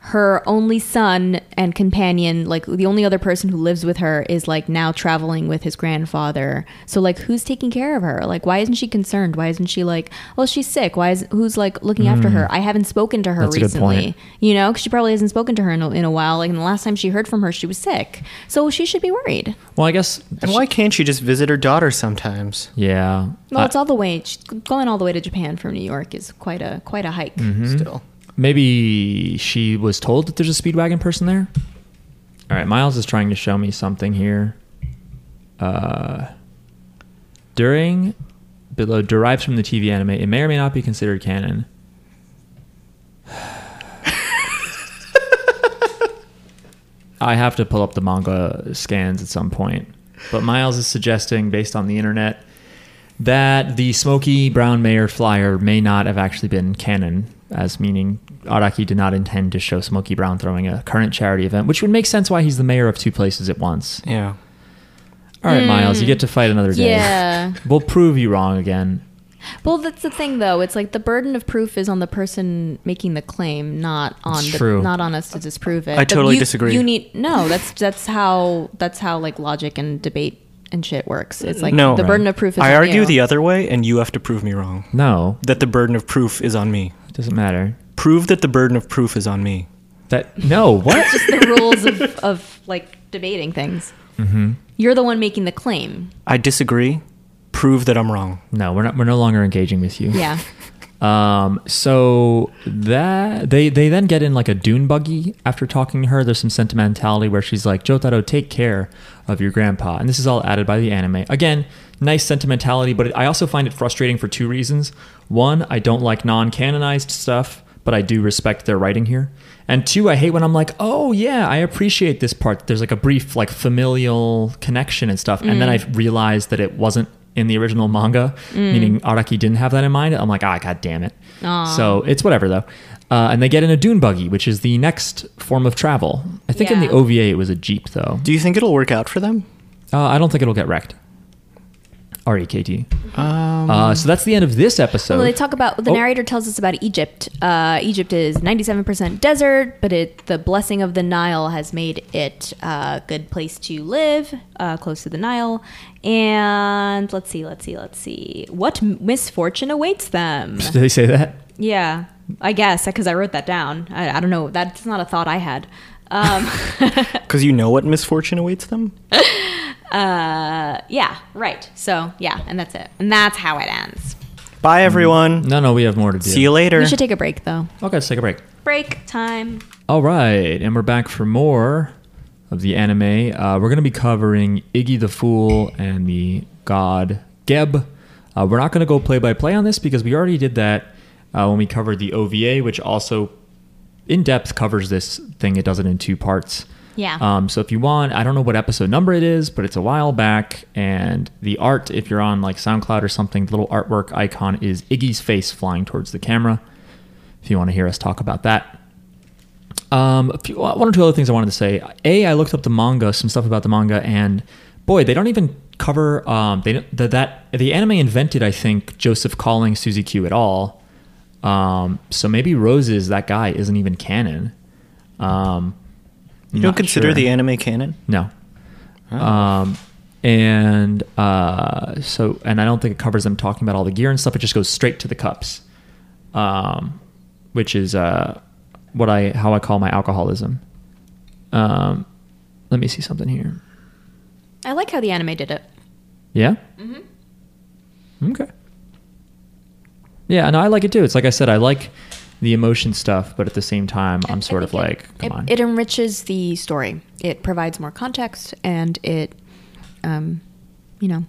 B: her only son and companion, like the only other person who lives with her is like now traveling with his grandfather. So like who's taking care of her? Like why isn't she concerned? Why isn't she like, well she's sick. Why is who's like looking after her? I haven't spoken to her
A: Hmm. That's a good
B: recently
A: point.
B: you know, because she probably hasn't spoken to her in a, in a while. Like, and the last time she heard from her, she was sick. So she should be worried.
A: Well, I guess.
C: And why can't she just visit her daughter sometimes?
A: Yeah.
B: Well,
C: Uh,
A: I-
B: it's all the way. She's going all the way to Japan from New York is quite a quite a hike.
C: Still.
A: Maybe she was told that there's a speedwagon person there. All right, Miles is trying to show me something here. Uh, during below derives from the TV anime. It may or may not be considered canon. <sighs> I have to pull up the manga scans at some point. But Miles is suggesting, based on the internet, that the smoky brown mayor flyer may not have actually been canon, as meaning Araki did not intend to show Smoky Brown throwing a current charity event, which would make sense why he's the mayor of two places at once.
C: Yeah.
A: All right, Miles, you get to fight another day.
B: Hmm. Yeah.
A: we'll prove you wrong again.
B: Well, that's the thing, though. It's like the burden of proof is on the person making the claim, not on
A: It's
B: the,
A: true.
B: not on us to disprove it.
C: I
B: But
C: totally
B: you-
C: disagree.
B: You need no. That's that's how that's how like logic and debate and shit works. It's like
C: no.
B: the
C: Right.
B: burden of proof. is
C: I
B: on
C: argue
B: you. <laughs>
C: the other way, and you have to prove me wrong.
A: No,
C: That the burden of proof is on me.
A: it doesn't matter.
C: Prove that the burden of proof is on me.
A: That no, what?
B: just the rules of, of like debating things.
C: Mm-hmm.
B: You're the one making the claim.
C: I disagree. Prove that I'm wrong.
A: no, we're not. We're no longer engaging with you.
B: Yeah.
A: Um, so that they they then get in like a dune buggy after talking to her. There's some sentimentality where she's like, "Jotaro, take care of your grandpa," and this is all added by the anime. Again, nice sentimentality, but it, I also find it frustrating for two reasons. One, I don't like non-canonized stuff, but I do respect their writing here. And two, I hate when I'm like, "Oh yeah, I appreciate this part." There's like a brief like familial connection and stuff, and then I realized that it wasn't in the original
C: Um,
A: manga, meaning Araki didn't have that in mind. I'm like, ah, god damn it. So it's whatever though. Uh, and they get in a dune buggy, which is the next form of travel. I think in the
B: Yeah.
A: OVA it was a jeep, though.
C: Do you think it'll work out for them?
A: Uh, I don't think it'll get wrecked. R E K T.
C: Um,
A: Uh, so that's the end of this episode.
B: Well, they talk about the
A: Oh.
B: narrator tells us about Egypt. Uh, Egypt is ninety-seven percent desert, but it the blessing of the Nile has made it a good place to live, uh, close to the Nile. And let's see, let's see, let's see, what m- misfortune awaits them?
A: Did they say that?
B: yeah, I guess because I wrote that down. I, I don't know. That's not a thought I had. <laughs> Um,
C: Because you know what misfortune awaits them?
B: uh, yeah, right. So yeah, and that's it. And that's how it ends.
C: Bye, everyone.
A: No, no, we have more to do.
C: See you later.
B: We should take a break though.
A: Okay, let's take a break.
B: Break time.
A: All right, and we're back for more of the anime. Uh, we're going to be covering Iggy the Fool and the god Geb. Uh, we're not going to go play by play on this because we already did that uh, when we covered the OVA, which also in depth covers this thing. It does it in two parts.
B: Yeah.
A: Um, so if you want, I don't know what episode number it is, but it's a while back. And the art, if you're on like SoundCloud or something, the little artwork icon is Iggy's face flying towards the camera. If you want to hear us talk about that. Um, a few, one or two other things I wanted to say. A, I looked up the manga, some stuff about the manga, and boy, they don't even cover um, they don't- the, that the anime invented. I think Joseph calling Suzy Q at all. Um, so maybe Roses, that guy, isn't even canon. Um,
C: you don't consider the anime canon?
A: no. Um, and uh, so, and I don't think it covers them talking about all the gear and stuff. It just goes straight to the cups, um, which is uh, what I how I call my alcoholism. Um, let me see something here.
B: I like how the anime did it.
A: Yeah. Mm-hmm. Okay. Yeah, no, I like it too. It's like I said, I like the emotion stuff, but at the same time, I'm sort of like, come
B: it,
A: on.
B: it enriches the story. It provides more context, and it, um, you know,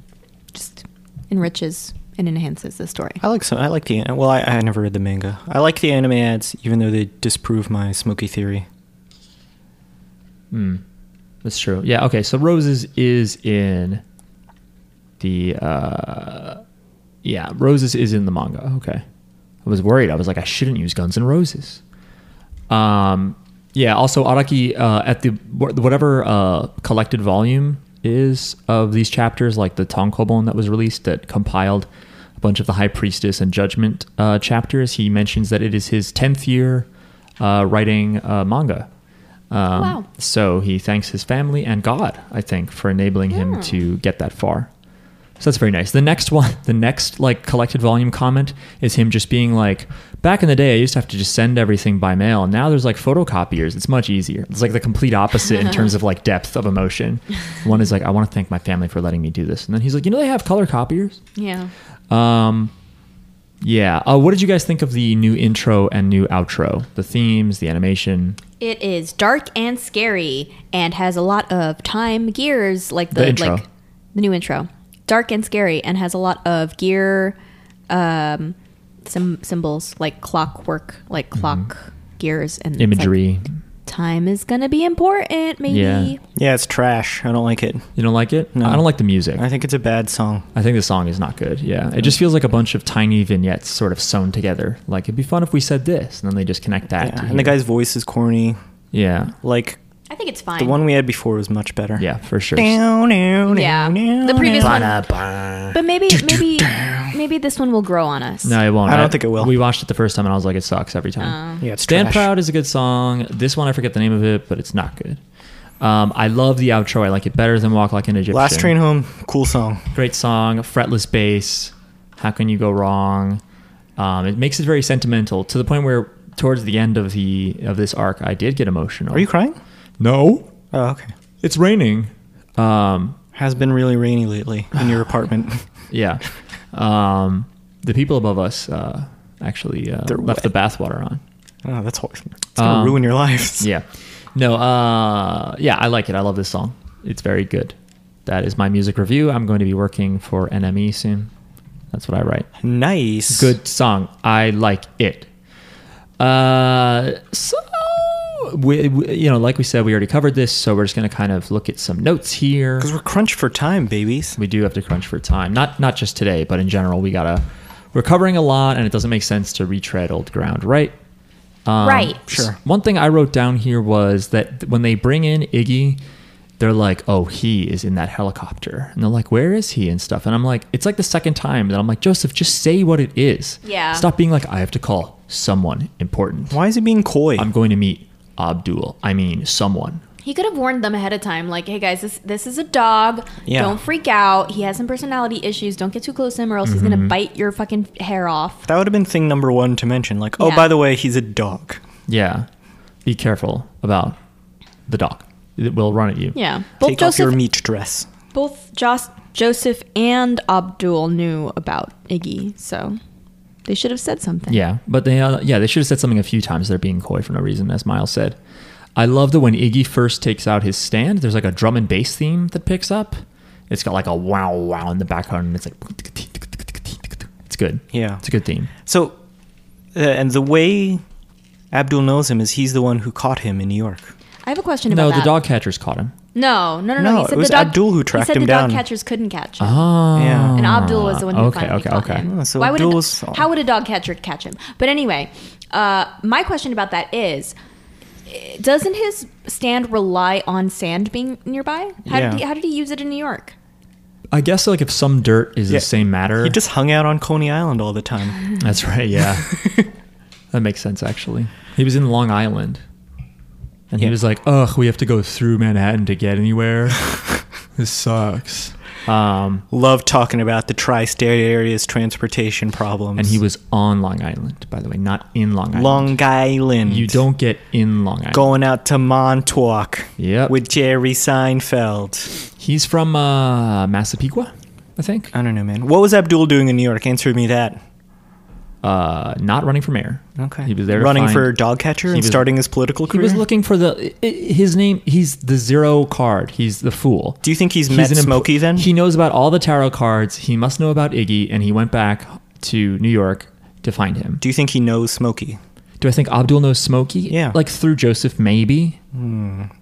B: just enriches and enhances the story.
C: I like some. I like the. an- Well, I, I never read the manga. I like the anime ads, even though they disprove my smoky theory.
A: Hmm. That's true. Yeah. Okay. So Roses is in the. Uh, yeah, Roses is in the manga. Okay. I was worried. I was like, I shouldn't use Guns and Roses. Um. Yeah. Also, Araki uh, at the wh- whatever uh, collected volume is of these chapters, like the Tonkobon that was released that compiled a bunch of the High Priestess and Judgment uh, chapters. He mentions that it is his tenth year uh, writing uh, manga. Um,
B: Wow.
A: So he thanks his family and God, I think, for enabling him to get that far. So that's very nice. The next one, <laughs> the next like collected volume comment is him just being like, back in the day, I used to have to just send everything by mail. and Now there's like photocopiers. It's much easier. It's like the complete opposite in terms of like depth of emotion. One is like, I want to thank my family for letting me do this. And then he's like, you know, they have color copiers.
B: Yeah.
A: Um, yeah. Uh, what did you guys think of the new intro and new outro? The themes, the animation.
B: It is dark and scary, and has a lot of time gears, like the,
A: The intro.
B: like the new intro. Dark and scary, and has a lot of gear, um, some symbols like clockwork, like clock gears and it's like,
A: Mm-hmm. imagery.
B: time is gonna be important, maybe.
A: Yeah.
C: Yeah, it's trash. I don't like it.
A: You don't like it?
C: No.
A: I don't like the music.
C: I think it's a bad song.
A: I think the song is not good. Yeah. It just feels like a bunch of tiny vignettes sort of sewn together. Like it'd be fun if we said this and then they just connect that.
C: Yeah,
A: to
C: and
A: here.
C: the guy's voice is corny.
A: Yeah.
C: Like
B: I think it's fine.
C: the one we had before was much better.
A: Yeah, for sure.
C: Down, down,
B: Yeah.
C: down,
B: The previous
C: down.
B: one. But maybe maybe maybe this one will grow on us.
A: No, it won't.
C: I don't think it will.
A: We watched it the first time and I was like, it sucks every time.
C: Yeah, it's
A: Stand
C: trash.
A: Proud is a good song. This one, I forget the name of it, but it's not good. Um, I love the outro. I like it better than Walk Like an Egyptian.
C: Last train home. Cool song.
A: Great song. Fretless bass. How can you go wrong? Um, it makes it very sentimental to the point where towards the end of the of this arc, I did get emotional.
C: Are you crying?
A: No,
C: Oh, okay.
A: it's raining. Um,
C: Has been really rainy lately
A: <sighs>
C: in your apartment. <laughs>
A: yeah. Um, the people above us uh, actually uh,
C: They're
A: left the
C: wet.
A: bathwater on.
C: oh, that's hor- it's gonna
A: Um,
C: ruin your life.
A: Yeah. No, uh, yeah, I like it. I love this song. It's very good. That is my music review. I'm going to be working for NME soon. That's what I write.
C: Nice.
A: Good song. I like it. Uh, so, we, we, you know, like we said, we already covered this, so we're just going to kind of look at some notes here.
C: Because we're crunched for time, babies.
A: We do have to crunch for time. Not not just today, but in general, we gotta. We're covering a lot, and it doesn't make sense to retread old ground, right? Um,
B: Right.
C: Sure.
A: One thing I wrote down here was that th- when they bring in Iggy, they're like, "Oh, he is in that helicopter," and they're like, "Where is he?" and stuff. And I'm like, "It's like the second time that I'm like, Joseph, just say what it is.
B: Yeah.
A: Stop being like, I have to call someone important.
C: Why is he being coy?
A: I'm going to meet Abdul. I mean, someone.
B: He could have warned them ahead of time, like, "Hey guys, this this is a dog.
C: Yeah.
B: Don't freak out. He has some personality issues. Don't get too close to him, or else he's
C: Mm-hmm.
B: gonna bite your fucking hair off."
C: that would have been thing number one to mention. Like, oh,
B: Yeah.
C: by the way, he's a dog.
A: Yeah. Be careful about the dog. It will run at you.
B: Yeah, both
C: Take off
B: Joseph,
C: your meat dress.
B: both Jos- Joseph and Abdul knew about Iggy, so they should have said something.
A: Yeah, but they uh, yeah they should have said something a few times. They're being coy for no reason, as Miles said. I love that when Iggy first takes out his stand, there's like a drum and bass theme that picks up. It's got like a wow wow in the background, and it's like it's good.
C: Yeah.
A: it's a good theme.
C: So, uh, and the way Abdul knows him is he's the one who caught him in New York.
B: I have a question
A: No,
B: about that.
A: the dog catchers caught him.
B: No, no, no, no.
C: No,
B: he said
C: it was
B: the dog,
C: Abdul who tracked
B: he said
C: him
B: the
C: down. Uh-huh.
B: dog catchers couldn't catch him.
A: Oh,
C: Yeah.
B: And Abdul was the one who
A: okay,
B: finally
A: okay,
B: caught
A: okay.
B: him.
C: Oh, so
B: Why would
C: Abdul
B: a,
C: was-
B: how would a dog catcher catch him? But anyway, uh, my question about that is, eh, doesn't his stand rely on sand being nearby? How,
C: Yeah.
B: did, he, how did he use it in New York?
A: I guess like if some dirt is
C: Yeah.
A: the same matter,
C: He just hung out on Coney Island all the
B: <laughs>
C: time.
A: that's right.
C: <laughs>
A: Yeah, that makes sense actually. He was in Long Island, and he
C: Yeah.
A: was like, "Ugh, we have to go through Manhattan to get anywhere. this sucks." Um,
C: Love talking about the tri-state area's transportation problems.
A: And he was on Long Island, by the way, not in Long Island.
C: Long Island.
A: You don't get in Long Island.
C: going out to Montauk.
A: Yep.
C: With Jerry Seinfeld.
A: He's from uh, Massapequa, I think.
C: I don't know, man. What was Abdul doing in New York? Answer me that.
A: Uh, not running for mayor.
C: Okay.
A: He was there to
C: running
A: find-
C: for dog catcher
A: he
C: and
A: was-
C: starting his political
A: He
C: career.
A: was looking for the i- i- his name. He's the zero card. He's the fool.
C: Do you think he's, met
A: an imp-
C: Smokey then?
A: He knows about all the tarot cards. He must know about Iggy, and he went back to New York to find him.
C: Do you think he knows Smokey?
A: Do I think Abdul knows Smokey?
C: Yeah. Hmm.
A: Like through Joseph, maybe.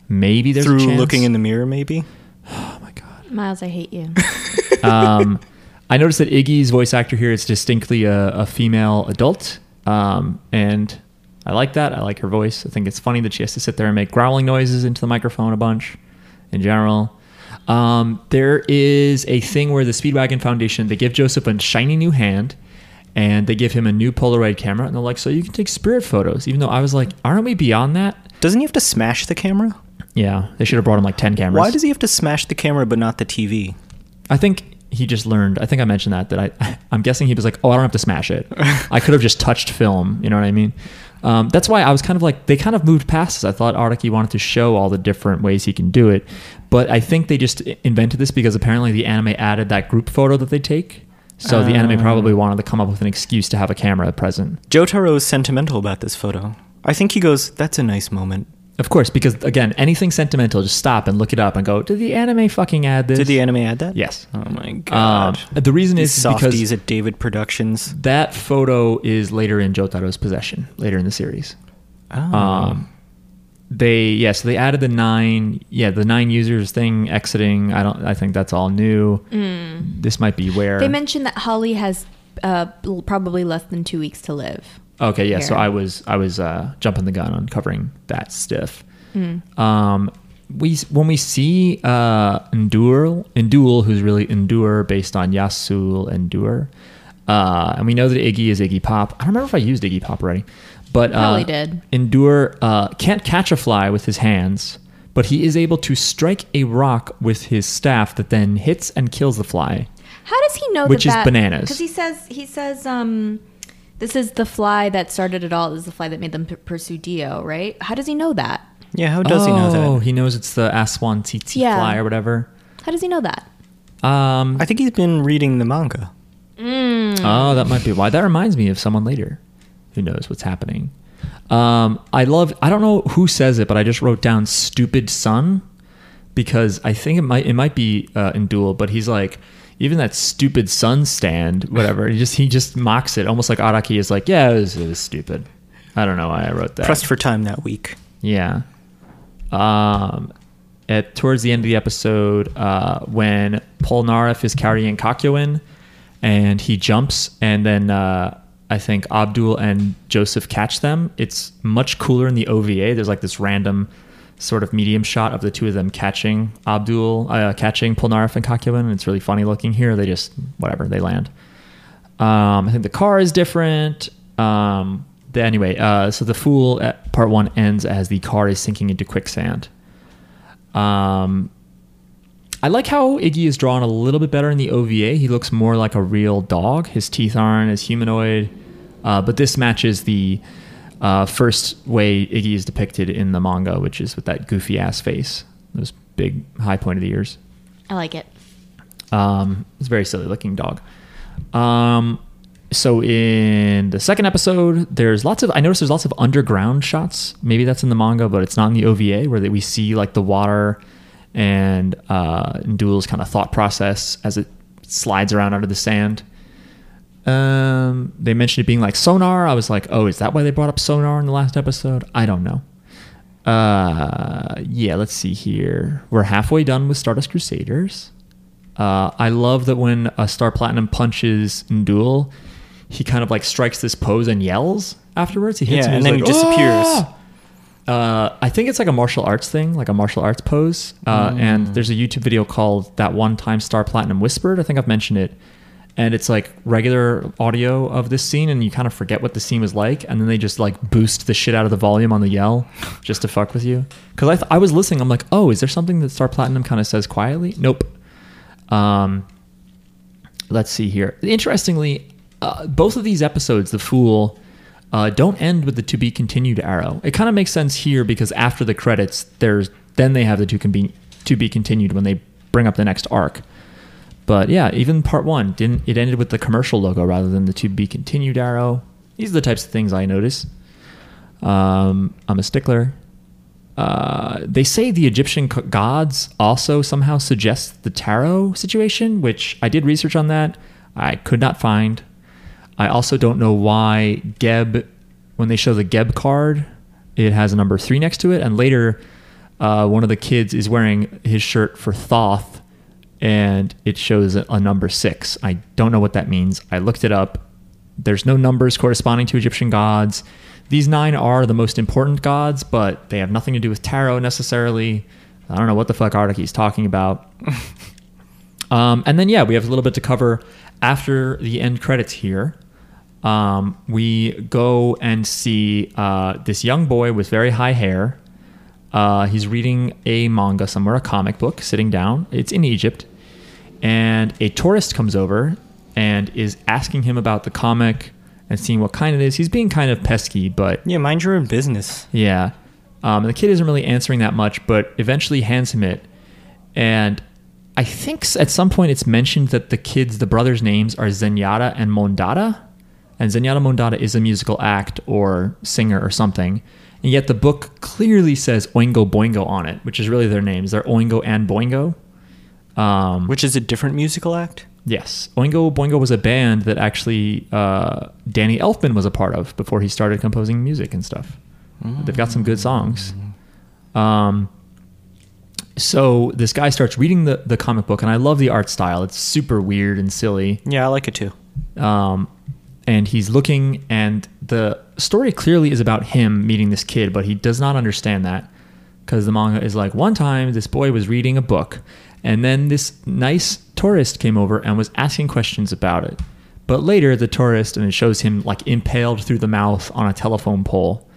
A: Maybe there's
C: Through
A: a chance.
C: looking in the mirror, maybe?
A: Oh my god.
B: Miles, I hate you.
A: um, I noticed that Iggy's voice actor here is distinctly a, a female adult, um, and I like that. I like her voice. I think it's funny that she has to sit there and make growling noises into the microphone a bunch. In general, um, there is a thing where the Speedwagon Foundation they give Joseph a shiny new hand. And they give him a new Polaroid camera, and they're like, "So you can take spirit photos." Even though I was like, "Aren't we beyond that?"
C: Doesn't he have to smash the camera?
A: Yeah, they should have brought him like ten cameras.
C: Why does he have to smash the camera but not the TV?
A: I think he just learned. I think I mentioned that that I <laughs> I'm guessing he was like, oh, I don't have to smash
C: <laughs>
A: it. I could have just touched film. You know what I mean? Um, that's why I was kind of like they kind of moved past this. I thought Artiki wanted to show all the different ways he can do it, but I think they just i- invented this because apparently the anime added that group photo that they take. So the anime
C: Ah.
A: probably wanted to come up with an excuse to have a camera present.
C: Jotaro is sentimental about this photo. I think he goes, that's a nice moment.
A: Of course, because again, anything sentimental, just stop and look it up and go, did the anime fucking add this?
C: Did the anime add that?
A: Yes.
C: Oh my
A: Um,
C: god.
A: the reason
C: These
A: is because
C: softies at David Productions.
A: that photo is later in Jotaro's possession, later in the series.
C: Oh.
A: Um, they yeah, so they added the nine yeah the nine users thing exiting. I don't I think that's all new. This might be where
B: <laughs> they mentioned that Holly has uh, l- probably less than two weeks to live.
A: Okay, yeah. So
B: here.
A: I was I was uh, jumping the gun on covering that stiff.
B: Hmm.
A: Um, we when we see uh, Endur Endul, who's really Endur based on Yasul Endur, uh, and we know that Iggy is Iggy Pop. I don't remember if I used Iggy Pop already, but uh,
B: Probably did.
A: Endur uh, can't catch a fly with his hands. But he is able to strike a rock with his staff that then hits and kills the fly.
B: How does he know
A: Which
B: that
A: is
B: that,
A: bananas.
B: Because he says he says um, this is the fly that started it all. This is the fly that made them p- pursue Dio, right? How does he know that?
C: yeah, how
A: oh,
C: does he know that?
A: he knows it's the Aswan Titi
B: Yeah.
A: fly or whatever.
B: How does he know that?
A: Um,
C: I think he's been reading the manga.
A: Oh, that might be why. That reminds me of someone later who knows what's happening. Um, I love. I don't know who says it, but I just wrote down "stupid son" because I think it might it might be uh, in duel, but he's like. Even that stupid sun stand, whatever, he just he just mocks it, almost like Araki is like, yeah, it was, it was stupid. I don't know why I wrote that.
C: Pressed for time that week.
A: Yeah. Um, at towards the end of the episode, uh, when Polnareff is carrying Kakyoin, and he jumps, and then uh, I think Abdul and Joseph catch them. It's much cooler in the OVA. There's like this random sort of medium shot of the two of them catching Abdul, uh, catching Polnareff and Kakyoin. It's really funny looking here. They just, whatever, they land. Um, I think the car is different. Um, the, anyway, uh, so the fool at part one ends as the car is sinking into quicksand. Um, I like how Iggy is drawn a little bit better in the OVA. He looks more like a real dog. His teeth aren't as humanoid, uh, but this matches the uh, first way Iggy is depicted in the manga, which is with that goofy ass face, those big high pointed ears.
B: I like it.
A: Um, it's a very silly looking dog. Um, so in the second episode, there's lots of I noticed there's lots of underground shots. Maybe that's in the manga, but it's not in the OVA where that we see like the water and uh, Duel's kind of thought process as it slides around under the sand. Um, they mentioned it being like sonar. I was like, oh, is that why they brought up sonar in the last episode? I don't know. Uh, yeah, let's see here. We're halfway done with Stardust Crusaders. Uh, I love that when a Star Platinum punches Ndul, he kind of like strikes this pose and yells afterwards. He hits
C: Yeah,
A: him he's
C: and then
A: like,
C: he disappears.
A: "Ah!" Uh, I think it's like a martial arts thing, like a martial arts pose. Uh, And there's a YouTube video called "That One Time Star Platinum Whispered." I think I've mentioned it, and it's like regular audio of this scene, and you kind of forget what the scene was like, and then they just like boost the shit out of the volume on the yell just to fuck with you. Because I th- I was listening, I'm like, oh, is there something that Star Platinum kind of says quietly? Nope. Um, let's see here. Interestingly, uh, both of these episodes, The Fool, uh, don't end with the to be continued arrow. It kind of makes sense here because after the credits, there's then they have the to can be to be continued when they bring up the next arc. But yeah, even part one didn't. It ended with the commercial logo rather than the to be continued arrow. These are the types of things I notice. Um, I'm a stickler. Uh, they say the Egyptian c- gods also somehow suggest the tarot situation, which I did research on that. I could not find. I also don't know why Geb, when they show the Geb card, it has a number three next to it. And later, uh, one of the kids is wearing his shirt for Thoth, and it shows a, a number six. I don't know what that means. I looked it up. There's no numbers corresponding to Egyptian gods. These nine are the most important gods, but they have nothing to do with tarot necessarily. I don't know what the fuck Artaki's talking about. Um, and then yeah, we have a little bit to cover after the end credits here. Um, we go and see uh, this young boy with very high hair. Uh, he's reading a manga somewhere, a comic book, sitting down. It's in Egypt, and a tourist comes over and is asking him about the comic and seeing what kind it is. He's being kind of pesky, but
C: Yeah, mind your own business.
A: yeah. Um, and the kid isn't really answering that much, but eventually hands him it. And I think s- at some point it's mentioned that the kids, the brothers' names are Zenyatta and Mondata. And Zenyatta Mondata is a musical act or singer or something. And yet the book clearly says Oingo Boingo on it, which is really their names. They're Oingo and Boingo. Um,
C: Which is a different musical act?
A: Yes, Oingo Boingo was a band that actually uh, Danny Elfman was a part of before he started composing music and stuff. They've got some good songs. Um, so this guy starts reading the, the comic book, and I love the art style. It's super weird and silly
C: Yeah, I like it too.
A: um, and he's looking and the story clearly is about him meeting this kid but he does not understand that because the manga is like one time this boy was reading a book and then this nice tourist came over and was asking questions about it but later the tourist and it shows him like impaled through the mouth on a telephone pole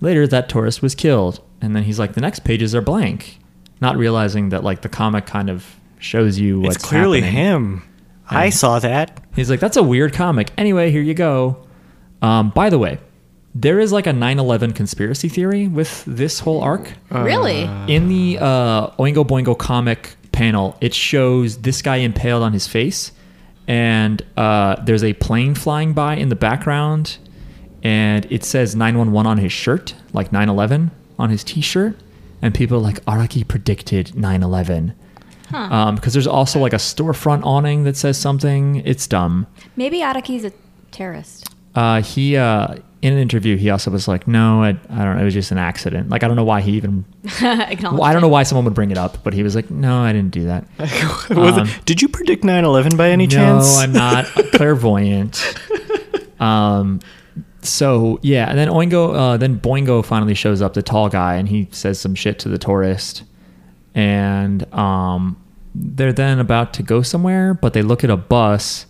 A: later that tourist was killed and then he's like the next pages are blank not realizing that like the comic kind of shows you what's
C: it's clearly
A: happening. Hmm.
C: him. I saw that.
A: He's like, that's a weird comic. Anyway, here you go. Um, by the way, there is like a 9 11 conspiracy theory with this whole arc.
B: really?
A: In the uh, Oingo Boingo comic panel, it shows this guy impaled on his face, and uh, there's a plane flying by in the background, and it says 911 on his shirt, like 9 11 on his t shirt. And people are like, Araki predicted 9 11. Because there's also like a storefront awning that says something. It's dumb.
B: Maybe Araki's a terrorist.
A: Uh, he uh, in an interview, he also was like, "No, I, I don't. know. It was just an accident. Like, I don't know why he even.
B: Acknowledge
A: Well, I don't know
B: it.
A: why someone would bring it up, but he was like, "No, I didn't do that.
C: Was it-
A: Um,
C: did you predict 9 11 by any
A: no,
C: chance?
A: I'm not clairvoyant." Um, so yeah, and then Oingo, uh, then Boingo finally shows up, the tall guy, and he says some shit to the tourist, and um, they're then about to go somewhere, but they look at a bus,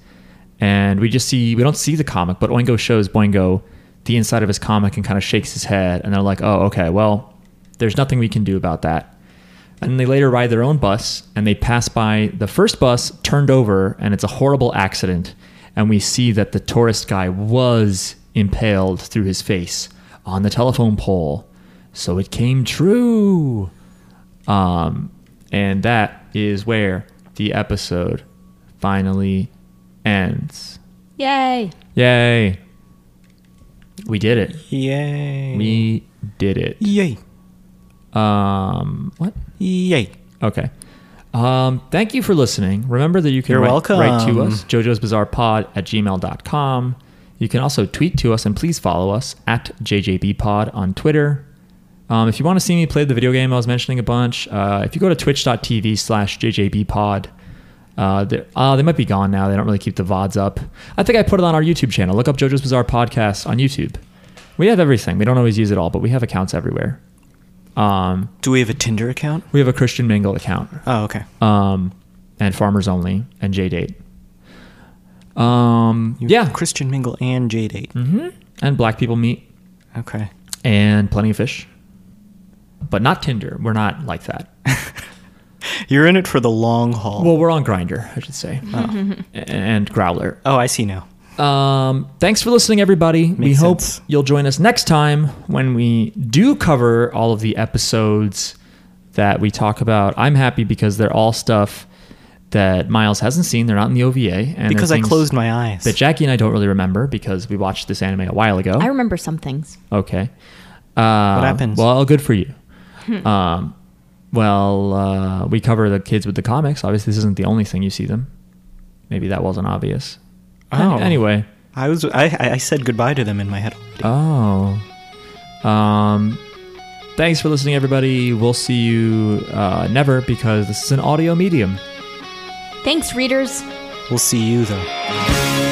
A: and we just see we don't see the comic, but Oingo shows Boingo the inside of his comic and kind of shakes his head, and they're like, oh okay, well, there's nothing we can do about that. And they later ride their own bus, and they pass by the first bus turned over, and it's a horrible accident. And we see that the tourist guy was impaled through his face on the telephone pole. So it came true. Um, and that is where the episode finally ends.
B: Yay.
A: Yay! We did it.
C: <laughs> Yay.
A: We did it.
C: Yay.
A: Um, what?
C: Yay.
A: Okay. Um, thank you for listening. Remember that you can
C: You're
A: write,
C: welcome.
A: write to us, Jojo's Bizarre Pod at gmail.com. You can also tweet to us and please follow us at JJBpod on Twitter. Um, if you want to see me play the video game I was mentioning a bunch, uh, if you go to twitch.tv slash JJBpod, uh, they're- uh, they might be gone now. They don't really keep the VODs up. I think I put it on our YouTube channel. Look up JoJo's Bizarre Podcast on YouTube. We have everything. We don't always use it all, but we have accounts everywhere. Um,
C: Do we have a Tinder account?
A: we have a Christian Mingle account
C: Oh, okay.
A: um, and Farmers Only and J Date. Um,
C: You-
A: yeah,
C: Christian Mingle and J Date.
A: and Black People Meet
C: Okay.
A: and Plenty of Fish, but not Tinder. We're not like that.
C: You're in it for the long haul.
A: Well, we're on Grinder, I should say, A- and Growler.
C: oh, I see now.
A: Um, thanks for listening, everybody. we
C: Makes
A: hope
C: sense.
A: you'll join us next time when we do cover all of the episodes that we talk about. I'm happy because they're all stuff that Miles hasn't seen. They're not in the OVA, and
C: Because
A: they're
C: I
A: things-
C: closed my eyes.
A: that Jackie and I don't really remember because we watched this anime a while ago.
B: I remember some things.
A: okay. Uh,
C: What happens?
A: Well, good for you. um, well, uh, we cover the kids with the comics. Obviously, this isn't the only thing you see them. Maybe that wasn't obvious.
C: Oh.
A: An- Anyway.
C: I was I, I I said goodbye to them in my head.
A: Oh. Um. Thanks for listening, everybody. We'll see you uh, never because this is an audio medium.
B: Thanks, readers.
C: We'll see you though.